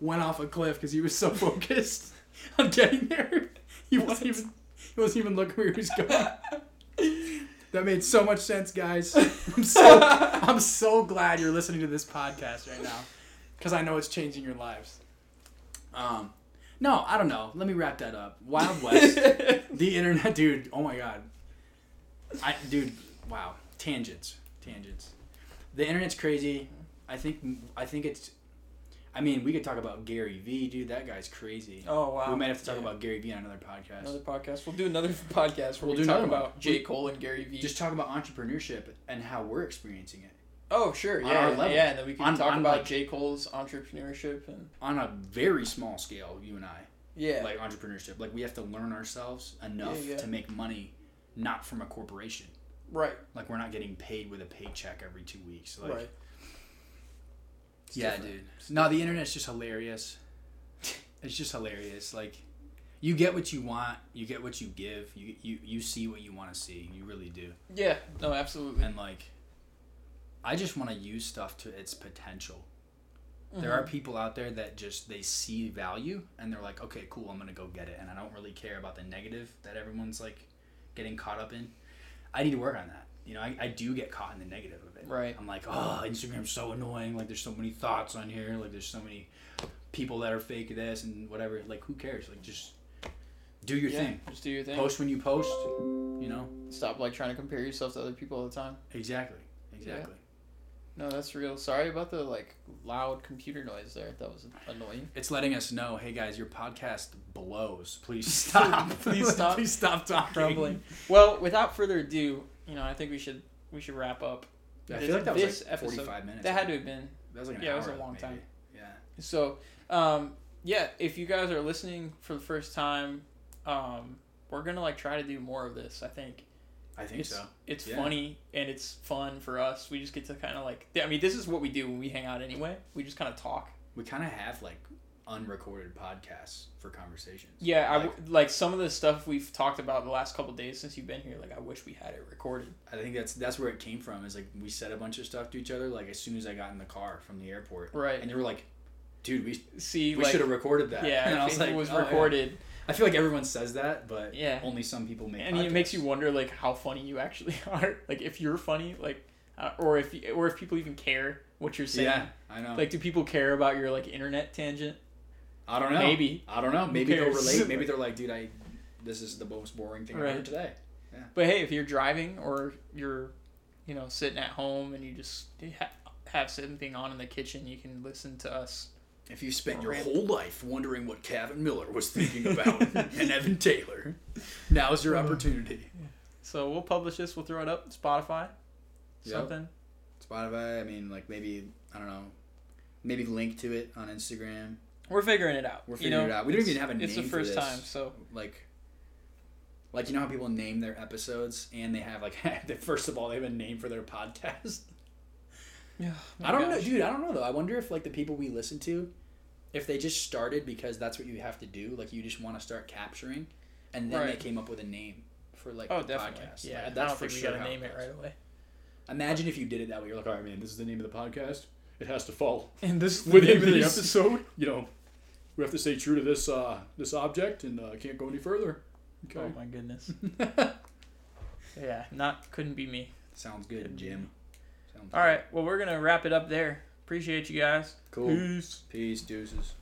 Speaker 2: went off a cliff because he was so focused on getting there. He wasn't even he wasn't even looking where he was going. That made so much sense, guys. I'm so I'm so glad you're listening to this podcast right now because I know it's changing your lives. Um, no, I don't know. Let me wrap that up. Wild West, the internet, dude. Oh my god, I dude. Wow, tangents, tangents. The internet's crazy. I think I think it's. I mean, we could talk about Gary Vee, dude. That guy's crazy.
Speaker 1: oh wow.
Speaker 2: we might have to talk
Speaker 1: Yeah.
Speaker 2: about Gary Vee on another podcast.
Speaker 1: another podcast. We'll do another podcast where we'll
Speaker 2: We'll do
Speaker 1: we talk
Speaker 2: another one.
Speaker 1: about J Cole and Gary Vee.
Speaker 2: Just talk about entrepreneurship and how we're experiencing it.
Speaker 1: oh sure,
Speaker 2: on
Speaker 1: yeah,
Speaker 2: our
Speaker 1: yeah,
Speaker 2: level.
Speaker 1: yeah. And then we can
Speaker 2: On-
Speaker 1: talk
Speaker 2: on,
Speaker 1: about
Speaker 2: like-
Speaker 1: J Cole's entrepreneurship and
Speaker 2: on a very small scale, you and I,
Speaker 1: yeah,
Speaker 2: like entrepreneurship. Like we have to learn ourselves enough
Speaker 1: Yeah, yeah.
Speaker 2: to make money, not from a corporation.
Speaker 1: right,
Speaker 2: Like we're not getting paid with a paycheck every two weeks. Like,
Speaker 1: right. It's
Speaker 2: yeah,
Speaker 1: different.
Speaker 2: dude. No, the internet's just hilarious. it's just hilarious. Like, you get what you want, you get what you give, you you you see what you want to see. You really do.
Speaker 1: Yeah, no, absolutely.
Speaker 2: And like, I just want to use stuff to its potential. There
Speaker 1: Mm-hmm.
Speaker 2: are people out there that just they see value and they're like, okay, cool, I'm gonna go get it, and I don't really care about the negative that everyone's like getting caught up in. I need to work on that. You know, I, I do get caught in the negative of it.
Speaker 1: Right.
Speaker 2: I'm like, oh, Instagram's so annoying. Like, there's so many thoughts on here. Like, there's so many people that are fake this and whatever. Like, who cares? Like, just do your
Speaker 1: yeah,
Speaker 2: thing.
Speaker 1: Just do your thing.
Speaker 2: Post when you post. You know.
Speaker 1: Stop like trying to compare yourself to other people all the time.
Speaker 2: Exactly.
Speaker 1: Exactly. No, that's real. Sorry about the like loud computer noise there. That was annoying.
Speaker 2: It's letting us know, hey guys, your podcast blows. Please stop.
Speaker 1: Please stop
Speaker 2: Please stop talking.
Speaker 1: Grumbling. Well, without further ado, you know, I think we should we should wrap up.
Speaker 2: I
Speaker 1: This-
Speaker 2: feel like that was
Speaker 1: this
Speaker 2: like
Speaker 1: episode-
Speaker 2: 45 minutes.
Speaker 1: That had to have been
Speaker 2: That was like an
Speaker 1: yeah, it
Speaker 2: hour,
Speaker 1: was a long
Speaker 2: maybe.
Speaker 1: time.
Speaker 2: Yeah.
Speaker 1: So, um, yeah, if you guys are listening for the first time, um, we're gonna like try to do more of this. I think
Speaker 2: I think
Speaker 1: it's
Speaker 2: so.
Speaker 1: it's
Speaker 2: Yeah.
Speaker 1: funny and it's fun for us. We just get to kind of like I mean, this is what we do when we hang out anyway. We just kind of talk.
Speaker 2: We kind of have like unrecorded podcasts for conversations.
Speaker 1: Yeah, I
Speaker 2: Like,
Speaker 1: w- like some of the stuff we've talked about the last couple days since you've been here. Like I wish we had it recorded.
Speaker 2: I think that's that's where it came from. Is like we said a bunch of stuff to each other like as soon as I got in the car from the airport,
Speaker 1: Right.
Speaker 2: and you were like, "Dude, we
Speaker 1: See,
Speaker 2: we
Speaker 1: like
Speaker 2: should have recorded that."
Speaker 1: yeah,
Speaker 2: and
Speaker 1: I think it was
Speaker 2: "Oh, yeah."
Speaker 1: recorded.
Speaker 2: I feel like everyone says that, but
Speaker 1: Yeah.
Speaker 2: only some people make.
Speaker 1: and it makes
Speaker 2: podcasts.
Speaker 1: you wonder like how funny you actually are like if you're funny like uh, or if you, or if people even care what you're saying
Speaker 2: Yeah, I know.
Speaker 1: like do people care about your like internet tangent
Speaker 2: I don't know.
Speaker 1: maybe
Speaker 2: I don't know. Maybe they'll
Speaker 1: cares?
Speaker 2: relate. Maybe they're like, "Dude, I this is the most boring thing I've
Speaker 1: Right.
Speaker 2: heard today."
Speaker 1: but hey if you're driving or you're you know sitting at home and you just you ha- have something on in the kitchen you can listen to us
Speaker 2: If you spent
Speaker 1: your
Speaker 2: whole life wondering what Kevin Miller was thinking about and Evan Taylor, now's
Speaker 1: Uh.
Speaker 2: your opportunity.
Speaker 1: so we'll publish this we'll throw it up spotify
Speaker 2: Yep.
Speaker 1: something
Speaker 2: Spotify. I mean, like maybe I don't know, maybe link to it on Instagram.
Speaker 1: we're figuring it out
Speaker 2: We're
Speaker 1: you
Speaker 2: figuring
Speaker 1: know?
Speaker 2: it out. We don't
Speaker 1: It's-
Speaker 2: even have a
Speaker 1: it's
Speaker 2: name
Speaker 1: the
Speaker 2: for
Speaker 1: first
Speaker 2: this.
Speaker 1: time so
Speaker 2: Like, like you know how people name their episodes and they have like they- first of all they have a name for their podcast.
Speaker 1: yeah
Speaker 2: I don't know, dude. I don't know though. I wonder if like the people we listen to, if they just started because that's what you have to do. Like you just want to start capturing, and then
Speaker 1: Right.
Speaker 2: they came up with a name for like
Speaker 1: oh
Speaker 2: the
Speaker 1: definitely
Speaker 2: podcast.
Speaker 1: yeah
Speaker 2: Like,
Speaker 1: i
Speaker 2: that's
Speaker 1: don't
Speaker 2: for
Speaker 1: think we
Speaker 2: sure
Speaker 1: gotta
Speaker 2: how
Speaker 1: name it
Speaker 2: goes.
Speaker 1: right away
Speaker 2: Imagine if you did it that way. You're like, all right, man, this is the name of the podcast. It has to fall
Speaker 1: and this
Speaker 2: the name of the
Speaker 1: episode
Speaker 2: you know, we have to stay true to this uh, this object and uh, can't go any further.
Speaker 1: Oh my goodness. yeah, not couldn't be me.
Speaker 2: Sounds good, Jim. Sounds
Speaker 1: All right, well we're gonna wrap it up there. Appreciate you guys.
Speaker 2: Cool.
Speaker 1: Peace.
Speaker 2: Peace, deuces.